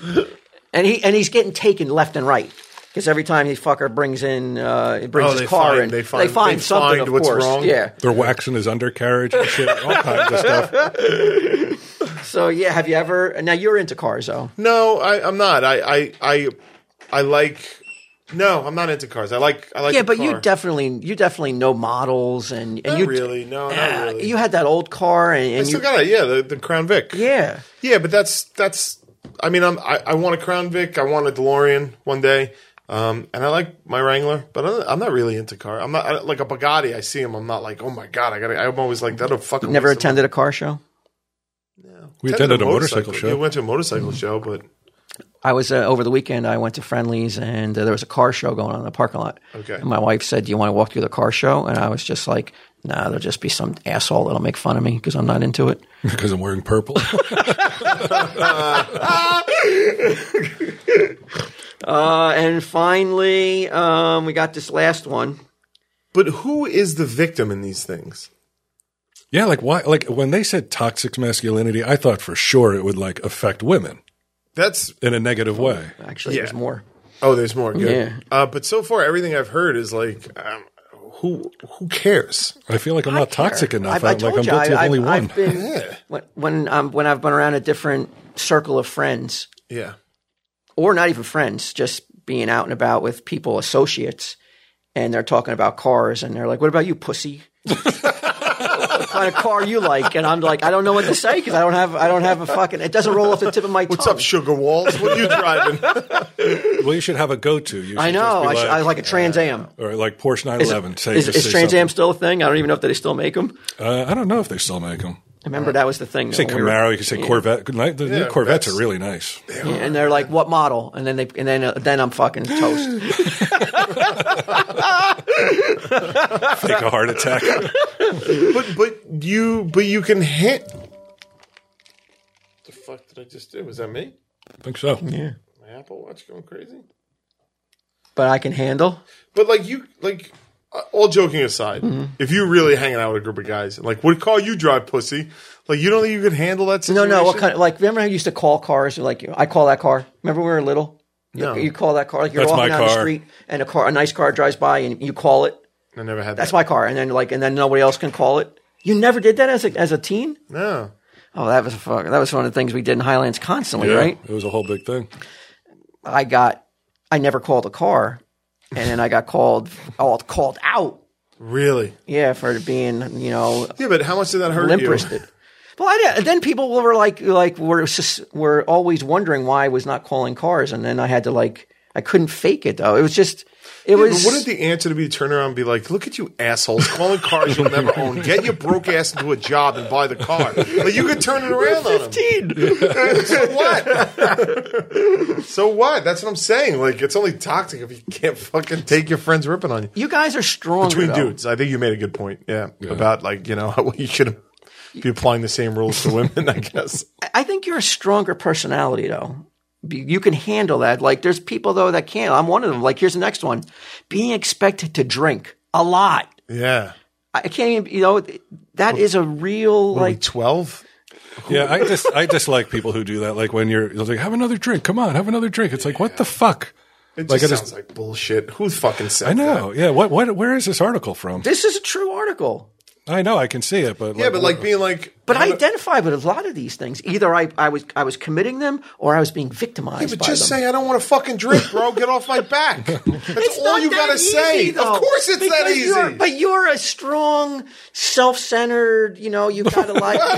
Speaker 2: and he and he's getting taken left and right because every time he fucker brings in uh, he brings
Speaker 3: Oh,
Speaker 2: his
Speaker 3: they
Speaker 2: car
Speaker 3: find-
Speaker 2: in,
Speaker 3: they find- they
Speaker 2: something.
Speaker 3: find
Speaker 2: of
Speaker 3: what's
Speaker 2: course,
Speaker 3: wrong.
Speaker 2: yeah.
Speaker 1: They're waxing his undercarriage and shit, all kinds of stuff.
Speaker 2: So yeah, have you ever? Now you're into cars though.
Speaker 3: No, I, I'm not. I, I I I like. No, I'm not into cars. I like. I like.
Speaker 2: Yeah,
Speaker 3: a
Speaker 2: but you
Speaker 3: car.
Speaker 2: definitely you definitely know models and, and
Speaker 3: Not
Speaker 2: you
Speaker 3: really. No, not
Speaker 2: Yeah,
Speaker 3: really.
Speaker 2: You had that old car and,
Speaker 3: I
Speaker 2: and you
Speaker 3: still got it. Yeah, the, the Crown Vic.
Speaker 2: yeah.
Speaker 3: Yeah, but that's that's. I mean, I'm. I, I want a Crown Vic. I want a DeLorean one day. Um, and I like my Wrangler, but I'm- I'm not really into car. I'm not I, like a Bugatti. I see them. I'm not like, oh my god, I got. to I'm always like that'll fucking
Speaker 2: Never attended a car show.
Speaker 1: We attended a motorcycle show.
Speaker 3: We went to a motorcycle show, but
Speaker 2: I was uh, over the weekend. I went to Friendlies and uh, there was a car show going on in the parking lot.
Speaker 3: Okay.
Speaker 2: And my wife said, "Do you want to walk through the car show?" And I was just like, "Nah, there'll just be some asshole that'll make fun of me because I'm not into it."
Speaker 1: because I'm wearing purple.
Speaker 2: Uh, and finally, um, we got this last one.
Speaker 3: but who is the victim in these things?
Speaker 1: yeah, like why? Like when they said toxic masculinity, I thought for sure it would like affect women
Speaker 3: That's
Speaker 1: in a negative
Speaker 2: Oh,
Speaker 1: way.
Speaker 2: Actually, there's
Speaker 3: Yeah.
Speaker 2: more.
Speaker 3: oh, there's more. Good.
Speaker 2: Yeah.
Speaker 3: Uh, but so far, everything I've heard is like, um, who who cares?
Speaker 1: I feel like I'm not toxic enough.
Speaker 2: I've- I
Speaker 1: I'm like I'm
Speaker 2: told you,
Speaker 1: guilty of
Speaker 2: I-
Speaker 1: only
Speaker 2: I've-
Speaker 1: one.
Speaker 2: I've been- when when, um, when I've been around a different circle of friends,
Speaker 3: Yeah.
Speaker 2: or not even friends, just being out and about with people, associates, and they're talking about cars, and they're like, "What about you, pussy?" what kind of car you like? And I'm like, I don't know what to say because I don't have I don't have a fucking. It doesn't roll off the tip of my
Speaker 3: What's
Speaker 2: tongue.
Speaker 3: up, Sugar Walls? What are you driving?
Speaker 1: well, you should have a go-to. You
Speaker 2: I
Speaker 1: should
Speaker 2: know.
Speaker 1: just
Speaker 2: I,
Speaker 1: be
Speaker 2: should, I was like a Trans Am.
Speaker 1: or like Porsche
Speaker 2: Is,
Speaker 1: 911. say,
Speaker 2: is,
Speaker 1: just
Speaker 2: is
Speaker 1: say
Speaker 2: Trans Am
Speaker 1: something.
Speaker 2: still a thing? I don't even know if they still make them.
Speaker 1: Uh, I don't know if they still make them.
Speaker 2: Remember that was the thing.
Speaker 1: You can
Speaker 2: though,
Speaker 1: say
Speaker 2: when we were-
Speaker 1: Camaro. You can say Corvette. Good night. The new
Speaker 3: Yeah,
Speaker 1: Corvettes
Speaker 3: that's-
Speaker 1: are really nice.
Speaker 2: Yeah, and they're like, "What model?" And then they, and then, uh, then I'm fucking toast.
Speaker 1: Fake a heart attack.
Speaker 3: but but you but you can hit. The fuck did I just do? Was that me?
Speaker 1: think so. Yeah.
Speaker 3: My Apple Watch going crazy.
Speaker 2: but I can handle.
Speaker 3: But like you like. uh, All joking aside,
Speaker 2: Mm-hmm.
Speaker 3: if you're really hanging out with a group of guys, like what car you drive, pussy? Like you don't think you can handle that
Speaker 2: No,
Speaker 3: situation?
Speaker 2: no. What kind of like? Remember, how I used to call cars. Like I call that car. Remember, when we were little.
Speaker 3: No.
Speaker 2: You call that car like you're
Speaker 1: That's
Speaker 2: walking
Speaker 1: my
Speaker 2: down the
Speaker 1: car.
Speaker 2: street and a car, a nice car drives by and you call it.
Speaker 3: I never had
Speaker 2: That's
Speaker 3: that.
Speaker 2: my car, and then like, and then nobody else can call it. You never did that as a as a teen.
Speaker 3: no.
Speaker 2: Oh, that was a fuck. That was one of the things we did in Highlands constantly, right?
Speaker 1: It was a whole big thing.
Speaker 2: I got, I never called a car, and then I got called, oh, called out.
Speaker 3: Really?
Speaker 2: Yeah, for being you know
Speaker 3: Yeah, but how much did that hurt
Speaker 2: limp
Speaker 3: you?
Speaker 2: wristed. Well, I did. then people were like, like were sus- were always wondering why I was not calling cars, and then I had to like, I couldn't fake it though. It was just, it
Speaker 3: Yeah, but
Speaker 2: was.
Speaker 3: wouldn't the answer to be to turn around and be like, "Look at you assholes calling cars you'll never own. Get your broke ass into a job and buy the car." Like you could turn it around on them. so what? so what? That's what I'm saying. Like it's only toxic if you can't fucking take your friends ripping on you.
Speaker 2: you guys are strong
Speaker 3: Between
Speaker 2: though.
Speaker 3: dudes, I think you made a good point. Yeah, about like you know how you should be applying the same rules to women. I guess.
Speaker 2: I- I think you're a stronger personality though. you can handle that. Like there's people though that can't. I'm one of them. Like here's the next one: being expected to drink a lot.
Speaker 3: Yeah.
Speaker 2: I can't even. You know that is a real
Speaker 3: What are we,
Speaker 2: like.
Speaker 3: 12?
Speaker 1: Yeah, I just I dislike people who do that. Like when you're it's like, have another drink. Come on, have another drink. It's like, what the fuck?
Speaker 3: It just
Speaker 1: Like, I
Speaker 3: sounds
Speaker 1: just-
Speaker 3: like bullshit. Who fucking said
Speaker 1: I know. Yeah. What? What? Where is this article from?
Speaker 2: This is a true article.
Speaker 1: I know. I can see it, but
Speaker 3: that? Yeah, but like being like,
Speaker 2: But I identify with a lot of these things. Either I, I was I was committing them or I was being victimized.
Speaker 3: yeah, but
Speaker 2: by
Speaker 3: just
Speaker 2: them.
Speaker 3: say I don't want to fucking drink, bro. Get off my back. That's all
Speaker 2: not
Speaker 3: you
Speaker 2: that
Speaker 3: gotta
Speaker 2: easy,
Speaker 3: say.
Speaker 2: though,
Speaker 3: of course, it's that
Speaker 2: because
Speaker 3: easy.
Speaker 2: you're- but you're a strong, self-centered. You know, you gotta like.
Speaker 1: I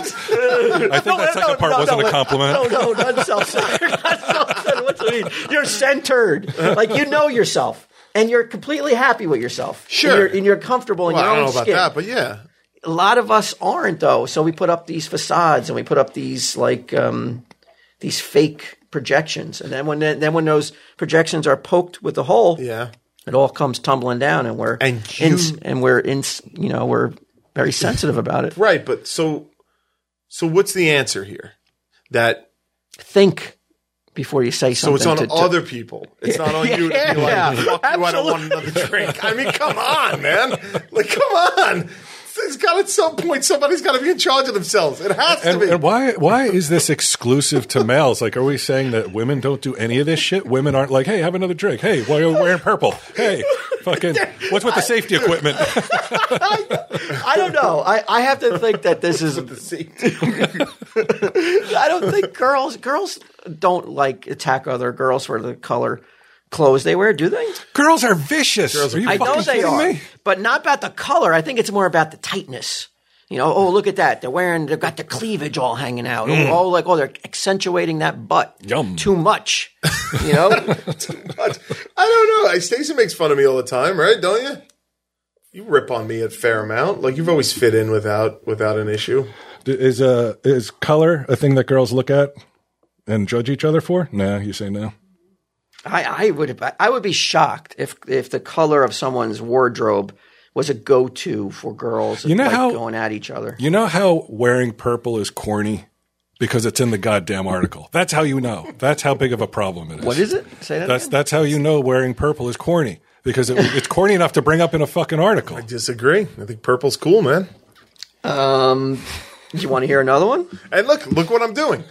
Speaker 1: think that second part wasn't a compliment.
Speaker 2: No, no, not self-centered. Not self-centered. What do you mean? You're centered. Like you know yourself, and you're completely happy with yourself.
Speaker 3: Sure.
Speaker 2: and you're, and you're comfortable in
Speaker 3: Well,
Speaker 2: your
Speaker 3: I
Speaker 2: own
Speaker 3: don't know about
Speaker 2: skin.
Speaker 3: that, but yeah.
Speaker 2: a lot of us aren't though so we put up these facades and we put up these like um these fake projections and then when then when those projections are poked with a hole
Speaker 3: Yeah.
Speaker 2: it all comes tumbling down and we're
Speaker 3: And you-
Speaker 2: and we're in you know we're very sensitive about it
Speaker 3: Right, but so so what's the answer here? That
Speaker 2: think before you say
Speaker 3: so
Speaker 2: something
Speaker 3: it's
Speaker 2: to-
Speaker 3: on
Speaker 2: to-
Speaker 3: other people. It's not on you to be
Speaker 2: Yeah,
Speaker 3: like, fuck you, I don't want another drink. I mean, come on, man. Like, come on. It's got at some point somebody's got to be in charge of themselves. It has to
Speaker 1: And,
Speaker 3: be.
Speaker 1: and why? Why is this exclusive to males? Like, are we saying that women don't do any of this shit? Women aren't like, hey, have another drink. Hey, why are you wearing purple? Hey, fucking, what's with the safety equipment?
Speaker 2: I don't know. I, I have to think that this is. I don't think girls girls don't like attack other girls for the color clothes they wear, do they?
Speaker 1: Girls are vicious. Girls are, you
Speaker 2: I know
Speaker 1: fucking
Speaker 2: they
Speaker 1: kidding
Speaker 2: are,
Speaker 1: me?
Speaker 2: but not about the color. I think it's more about the tightness. You know, oh look at that! They're wearing, they've got the cleavage all hanging out. Oh, oh, like oh, they're accentuating that butt
Speaker 1: Mm. Yum.
Speaker 2: too much. You know,
Speaker 3: But I don't know. I, Stacey makes fun of me all the time, right? Don't you? You rip on me a fair amount. Like you've always fit in without without an issue.
Speaker 1: D- Is uh is color a thing that girls look at and judge each other for? Nah, you say no.
Speaker 2: I, I would I would be shocked if if the color of someone's wardrobe was a go to for girls.
Speaker 1: You know
Speaker 2: like,
Speaker 1: how-
Speaker 2: going at each other.
Speaker 1: You know how wearing purple is corny because it's in the goddamn article. That's how you know. That's how big of a problem it is.
Speaker 2: What is it? Say that.
Speaker 1: That's
Speaker 2: again.
Speaker 1: that's how you know wearing purple is corny because it, it's corny enough to bring up in a fucking article.
Speaker 3: Disagree. I think purple's cool, man.
Speaker 2: Um, you want to hear another one?
Speaker 3: And look, look what I'm doing.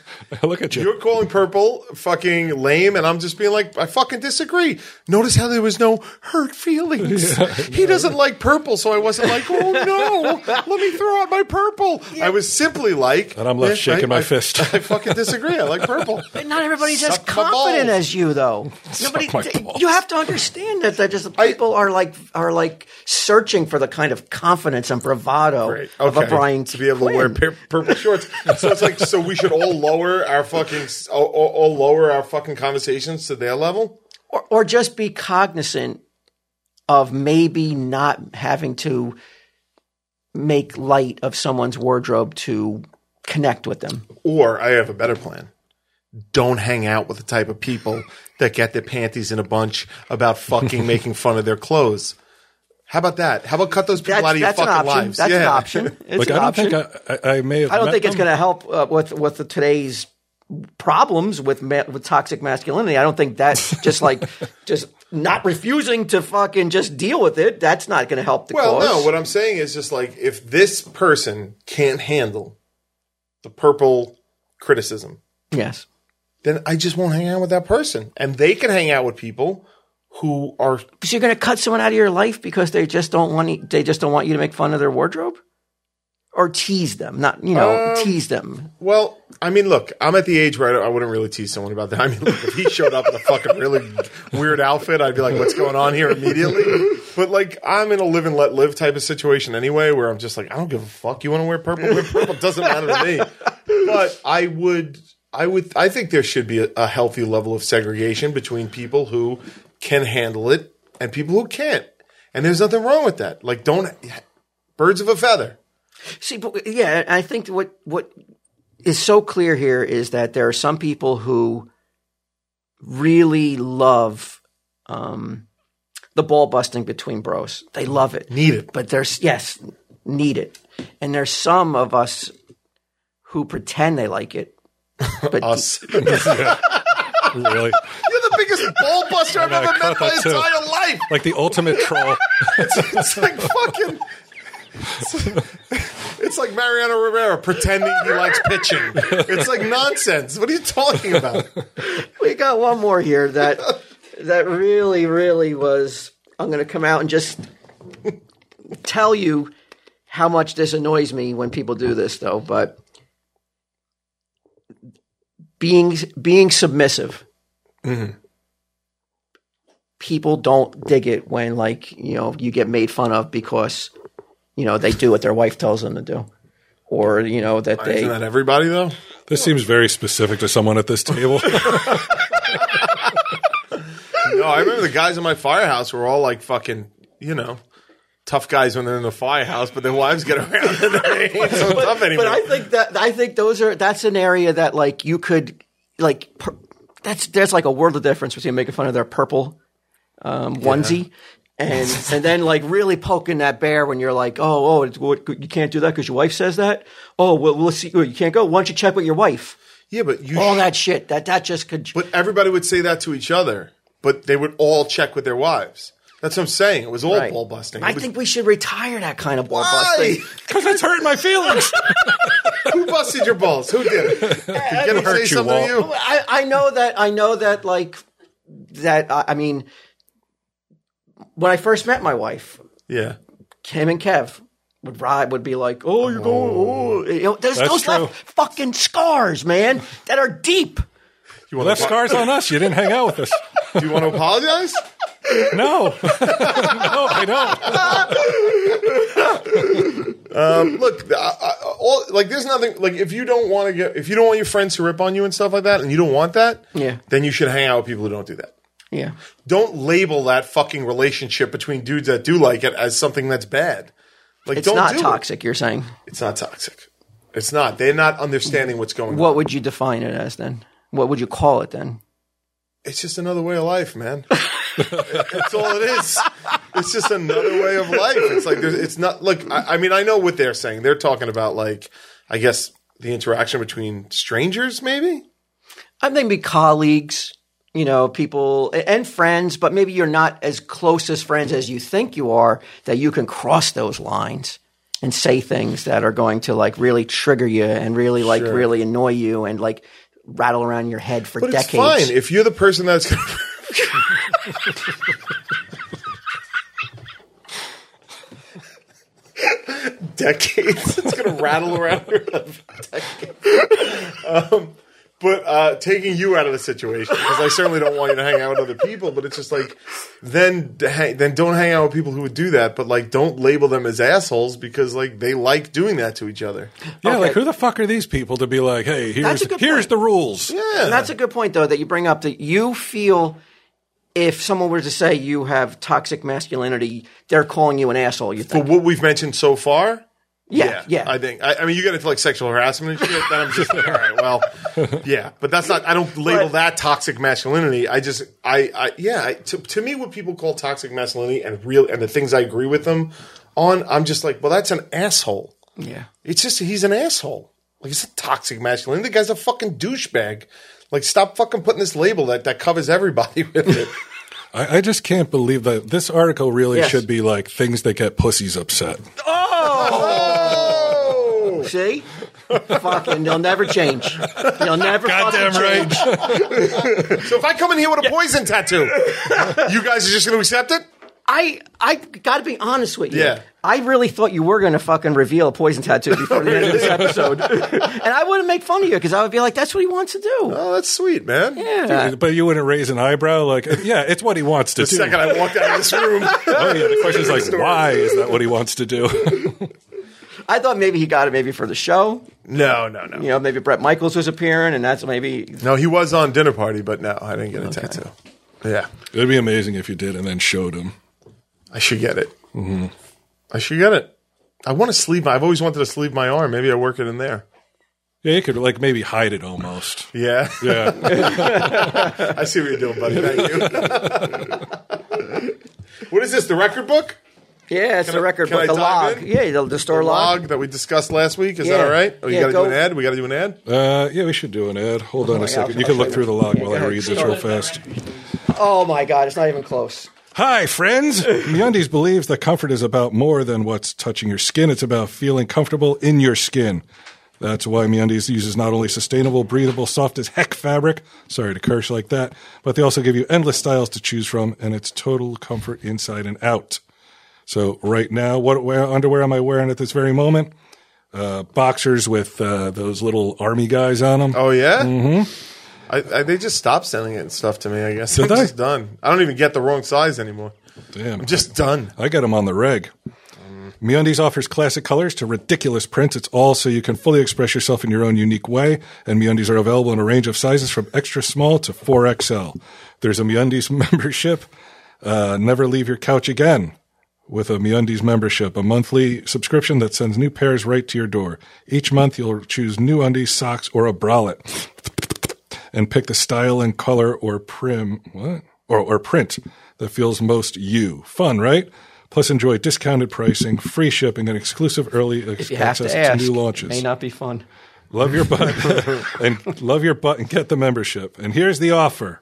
Speaker 1: Look at you.
Speaker 3: You're calling purple fucking lame, and I'm just being like, I fucking disagree. Notice how there was no hurt feelings. he doesn't like purple, so I wasn't like, oh no, let me throw out my purple. I was simply like,
Speaker 1: And I'm left
Speaker 3: "Yeah,
Speaker 1: shaking my
Speaker 3: I-
Speaker 1: fist."
Speaker 3: I fucking disagree. I like purple.
Speaker 2: But not everybody's as
Speaker 3: Suck my
Speaker 2: confident
Speaker 3: balls.
Speaker 2: as you, though. Nobody.
Speaker 1: my
Speaker 2: th-
Speaker 1: balls.
Speaker 2: You have to understand that that just people are like are like searching for the kind of confidence and bravado
Speaker 3: Great.
Speaker 2: of a Brian
Speaker 3: to be able to wear
Speaker 2: Quinn.
Speaker 3: pur- purple shorts. so it's like, so we should all lower our fucking, all, all- all lower our fucking conversations to their level.
Speaker 2: or, or just be cognizant of maybe not having to make light of someone's wardrobe to connect with them.
Speaker 3: Or I have a better plan. Don't hang out with the type of people that get their panties in a bunch about fucking making fun of their clothes. How about that? How about cut those people
Speaker 2: That's,
Speaker 3: out of your
Speaker 2: that's an
Speaker 3: fucking
Speaker 2: option.
Speaker 3: lives?
Speaker 2: That's an
Speaker 3: Yeah.
Speaker 2: option. It's
Speaker 1: Like
Speaker 2: an
Speaker 1: I don't
Speaker 2: option.
Speaker 1: think I, I, I may have.
Speaker 2: I don't
Speaker 1: met
Speaker 2: think it's
Speaker 1: them.
Speaker 2: going to help uh, with with the, today's problems with ma- with toxic masculinity. I don't think that's just like just not refusing to fucking just deal with it. That's not going to help the
Speaker 3: Well,
Speaker 2: cause.
Speaker 3: no, what I'm saying is just like if this person can't handle the purple criticism,
Speaker 2: yes.
Speaker 3: then I just won't hang out with that person. And they can hang out with people who are
Speaker 2: So you're going to cut someone out of your life because they just don't want you, they just don't want you to make fun of their wardrobe or tease them, not you know
Speaker 3: Um,
Speaker 2: tease them.
Speaker 3: well. I mean, look, I'm at the age where I, don't- I wouldn't really tease someone about that. I mean, look, if he showed up in a fucking really weird outfit, I'd be like, "What's going on here?" Immediately. But like, I'm in a live and let live type of situation anyway, where I'm just like, I don't give a fuck. You want to wear purple? Wear purple. Doesn't matter to me. But I would, I would, I think there should be a, a healthy level of segregation between people who can handle it and people who can't. And there's nothing wrong with that. Like, don't birds of a feather.
Speaker 2: See, but yeah, I think what what is so clear here is that there are some people who really love um, the ball busting between bros. They love it,
Speaker 3: Need it.
Speaker 2: but there's yes, need it, and there's some of us who pretend they like it, but
Speaker 3: Us.
Speaker 1: really.
Speaker 3: You're the biggest ball buster I've
Speaker 1: I
Speaker 3: ever met
Speaker 1: caught
Speaker 3: my
Speaker 1: that too.
Speaker 3: entire life.
Speaker 1: Like the ultimate troll.
Speaker 3: It's like fucking. It's like Mariano Rivera pretending he likes pitching. It's like nonsense. What are you talking about?
Speaker 2: we got one more here that that really, really was. I'm going to come out and just tell you how much this annoys me when people do this, though. But being being submissive, people don't dig it when, like, you know, you get made fun of because you know they do what their wife tells them to do, or you know that they
Speaker 3: Isn't that everybody though?
Speaker 1: This seems very specific to someone at this table.
Speaker 3: No, I remember the guys in my firehouse were all like fucking, you know, tough guys when they're in the firehouse, but their wives get around and they ain't so tough anymore.
Speaker 2: but I think that I think those are that's an area that like you could like per, that's there's like a world of difference between making fun of their purple um, onesie and and then like really poking that bear when you're like oh oh it's, what, you can't do that because your wife says that oh well we'll see you can't go why don't you check with your wife
Speaker 3: yeah, but you.
Speaker 2: all
Speaker 3: sh-
Speaker 2: that shit that that just could
Speaker 3: But everybody would say that to each other, but they would all check with their wives. That's what I'm saying. It was all
Speaker 2: Right.
Speaker 3: ball busting.
Speaker 2: I
Speaker 3: It was-
Speaker 2: think we should retire that kind of ball
Speaker 3: Why?
Speaker 2: busting.
Speaker 1: Because it's hurting my feelings.
Speaker 3: Who busted your balls? Who did? Did Get
Speaker 1: hurt
Speaker 3: say
Speaker 1: you,
Speaker 3: something to
Speaker 1: Walt.
Speaker 3: you?
Speaker 2: I, I know that I know that like that I, I mean when I first met my wife,
Speaker 3: Yeah.
Speaker 2: Kim and Kev would ride would be like, "Oh, you're going, oh, you know, there's
Speaker 1: That's
Speaker 2: those
Speaker 1: true.
Speaker 2: left fucking scars, man, that are deep."
Speaker 3: You want
Speaker 1: Left scars on us. You didn't hang out with us.
Speaker 3: Do you want to apologize?
Speaker 1: No. no, I don't.
Speaker 3: Um, Look, I, I, all, like there's nothing like if you don't want to get if you don't want your friends to rip on you and stuff like that, and you don't want that,
Speaker 2: Yeah.
Speaker 3: then you should hang out with people who don't do that.
Speaker 2: Yeah,
Speaker 3: Don't label that fucking relationship between dudes that do like it as something that's bad. Like,
Speaker 2: it's
Speaker 3: don't
Speaker 2: not
Speaker 3: do it.
Speaker 2: toxic. You're saying,
Speaker 3: It's not toxic. It's not. They're not understanding what's going on.
Speaker 2: what would you define it as then? What would you call it then?
Speaker 3: It's just another way of life, man. That's all it is. It's just another way of life. It's like there's, it's not. Look, I, I mean, I know what they're saying. They're talking about like, I guess the interaction between strangers, maybe.
Speaker 2: I think maybe colleagues, you know, people a- and friends, but maybe you're not as close as friends as you think you are. That you can cross those lines and say things that are going to like really trigger you and really like really annoy you and like rattle around your head for
Speaker 3: But
Speaker 2: decades.
Speaker 3: it's fine if you're the person that's. gonna- Decades, it's gonna rattle around. your head for decades. um, but uh, taking you out of the situation because I certainly don't want you to hang out with other people. But it's just like then to hang, then don't hang out with people who would do that. But like don't label them as assholes because like they like doing that to each other.
Speaker 1: Yeah, like
Speaker 2: Okay.
Speaker 1: who the fuck are these people to be like, hey, here's
Speaker 2: a good
Speaker 1: here's
Speaker 2: point.
Speaker 1: the rules.
Speaker 3: Yeah,
Speaker 2: And that's a good point, though, that you bring up that you feel if someone were to say you have toxic masculinity, they're calling you an asshole. You
Speaker 3: but
Speaker 2: think,
Speaker 3: what we've mentioned so far,
Speaker 2: yeah, yeah.
Speaker 3: I think. I, I mean, you get into like sexual harassment and shit. Then I'm just like, all right, well, yeah. But that's not. I don't label
Speaker 2: But-
Speaker 3: that toxic masculinity. I just, I, I yeah. I, to, to me, what people call toxic masculinity and real and the things I agree with them on, I'm just like, well, that's an asshole.
Speaker 2: yeah.
Speaker 3: It's just he's an asshole. Like it's a toxic masculinity. The guy's a fucking douchebag. Like stop fucking putting this label that that covers everybody with it.
Speaker 1: I, I just can't believe that this article really
Speaker 2: Yes.
Speaker 1: should be like things that get pussies upset.
Speaker 3: oh.
Speaker 2: See, fucking, they'll never change. They'll never fucking
Speaker 1: right.
Speaker 2: change.
Speaker 3: So if I come in here with a poison tattoo, you guys are just going to accept it?
Speaker 2: I, I got to be honest with you.
Speaker 3: Yeah.
Speaker 2: I really thought you were going to fucking reveal a poison tattoo before the end of this episode, and I wouldn't make fun of you because I would be like, "That's what he wants to do."
Speaker 3: Oh, that's sweet, man.
Speaker 2: Yeah.
Speaker 1: But you wouldn't raise an eyebrow, like yeah, it's what he wants to
Speaker 3: The
Speaker 1: do.
Speaker 3: second I walked out of this room.
Speaker 1: oh yeah, the question's like, why is that what he wants to do?
Speaker 2: I thought maybe he got it maybe for the show.
Speaker 3: No, no, no.
Speaker 2: You know, maybe Brett Michaels was appearing, and that's maybe
Speaker 3: No, he was on dinner party, but no, I didn't get a tattoo. Yeah,
Speaker 1: It'd be amazing if you did and then showed him.
Speaker 3: I should get it. Mm-hmm. I should get it. I want to sleeve. I've always wanted to sleeve my arm. Maybe I work it in there.
Speaker 1: Yeah, you could like maybe hide it almost.
Speaker 3: Yeah,
Speaker 1: Yeah.
Speaker 3: I see what you're doing, buddy. Thank you. what is this? The record book?
Speaker 2: Yeah, it's
Speaker 3: Can
Speaker 2: the
Speaker 3: I-
Speaker 2: record
Speaker 3: can I
Speaker 2: book, the
Speaker 3: type
Speaker 2: log.
Speaker 3: in?
Speaker 2: Yeah, the, the store
Speaker 3: The
Speaker 2: log.
Speaker 3: log that we discussed last week. Is
Speaker 2: Yeah.
Speaker 3: that all right? Oh, you
Speaker 2: Yeah,
Speaker 3: got to do
Speaker 2: go-
Speaker 3: an ad. We got to do an ad.
Speaker 1: Uh, yeah, we should do an ad. Hold on a second.
Speaker 2: Oh I'll-
Speaker 1: You can
Speaker 2: I'll
Speaker 1: look
Speaker 2: show
Speaker 1: through
Speaker 2: you.
Speaker 1: the log
Speaker 2: Yeah,
Speaker 1: while
Speaker 2: go
Speaker 1: I
Speaker 2: ahead.
Speaker 1: read this
Speaker 2: Sure.
Speaker 1: real fast.
Speaker 2: Oh my God, it's not even close.
Speaker 1: Hi, friends. MeUndies believes that comfort is about more than what's touching your skin. It's about feeling comfortable in your skin. That's why MeUndies uses not only sustainable, breathable, soft as heck fabric. Sorry to curse like that, but they also give you endless styles to choose from, and it's total comfort inside and out. So right now, what wear, underwear am I wearing at this very moment? Uh, boxers with uh, those little army guys on them.
Speaker 3: Oh yeah. Mm-hmm. I, I, they just stopped selling it and stuff to me. I guess
Speaker 1: Did
Speaker 3: I'm
Speaker 1: they?
Speaker 3: just done. I don't even get the wrong size anymore.
Speaker 1: Damn.
Speaker 3: I'm just done.
Speaker 1: I got them on the reg. MeUndies offers classic colors to ridiculous prints. It's all so you can fully express yourself in your own unique way. And MeUndies are available in a range of sizes from extra small to 4XL. There's a MeUndies membership. Uh, never leave your couch again with a MeUndies membership, a monthly subscription that sends new pairs right to your door. Each month, you'll choose new undies, socks, or a bralette and pick the style and color or prim what or, or print that feels most you. Fun, right? Plus, enjoy discounted pricing, free shipping, and exclusive early
Speaker 2: If you have
Speaker 1: access
Speaker 2: to ask,
Speaker 1: to new
Speaker 2: it may
Speaker 1: launches.
Speaker 2: not be fun.
Speaker 1: Love your butt and love your butt and get the membership. And here's the offer.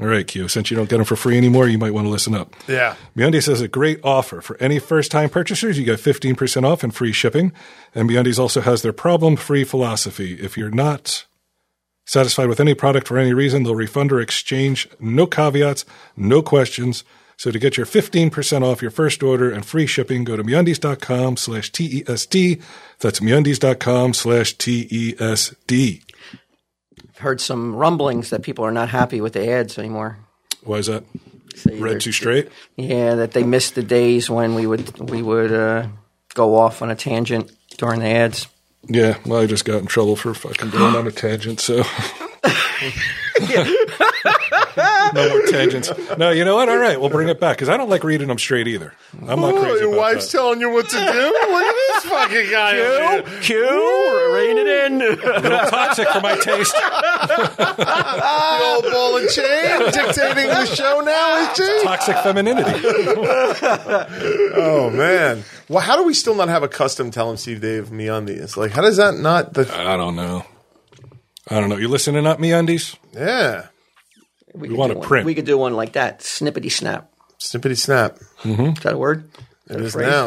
Speaker 1: All right, Q. Since you don't get them for free anymore, you might want to listen up.
Speaker 3: Yeah.
Speaker 1: MeUndies has a great offer. For any first-time purchasers, you get 15% off and free shipping. And MeUndies also has their problem-free philosophy. If you're not satisfied with any product for any reason, they'll refund or exchange. No caveats, no questions. So to get your 15% off your first order and free shipping, go to MeUndies.com slash T-E-S-D. That's MeUndies.com slash E T-E-S-D.
Speaker 2: I've heard some rumblings that people are not happy with the ads anymore.
Speaker 1: Why is that?
Speaker 2: They either-
Speaker 1: Read too straight?
Speaker 2: Yeah, that they missed the days when we would we would uh, go off on a tangent during the ads.
Speaker 1: Yeah, well, I just got in trouble for fucking going on a tangent, so. no more tangents. No, you know what? All right, we'll bring it back because I don't like reading them straight either. I'm not
Speaker 3: Oh,
Speaker 1: crazy
Speaker 3: your
Speaker 1: about
Speaker 3: wife's
Speaker 1: that.
Speaker 3: telling you what to do. Look at this fucking guy. over here.
Speaker 2: Q, rein it in.
Speaker 1: A little toxic for my taste.
Speaker 3: The old ball and chain dictating the show now, is he?
Speaker 1: Toxic femininity.
Speaker 3: Oh man. Well, how do we still not have a custom tell him Steve Dave MeUndies? Like, how does that not? The,
Speaker 1: I don't know. I don't know. You listening up, me undies?
Speaker 3: yeah.
Speaker 2: We,
Speaker 1: want
Speaker 2: to
Speaker 1: to print.
Speaker 2: We could do one like that. Snippety snap.
Speaker 3: Snippity snap.
Speaker 2: Is that a word?
Speaker 3: It Hmm. is
Speaker 2: phrase?
Speaker 3: now.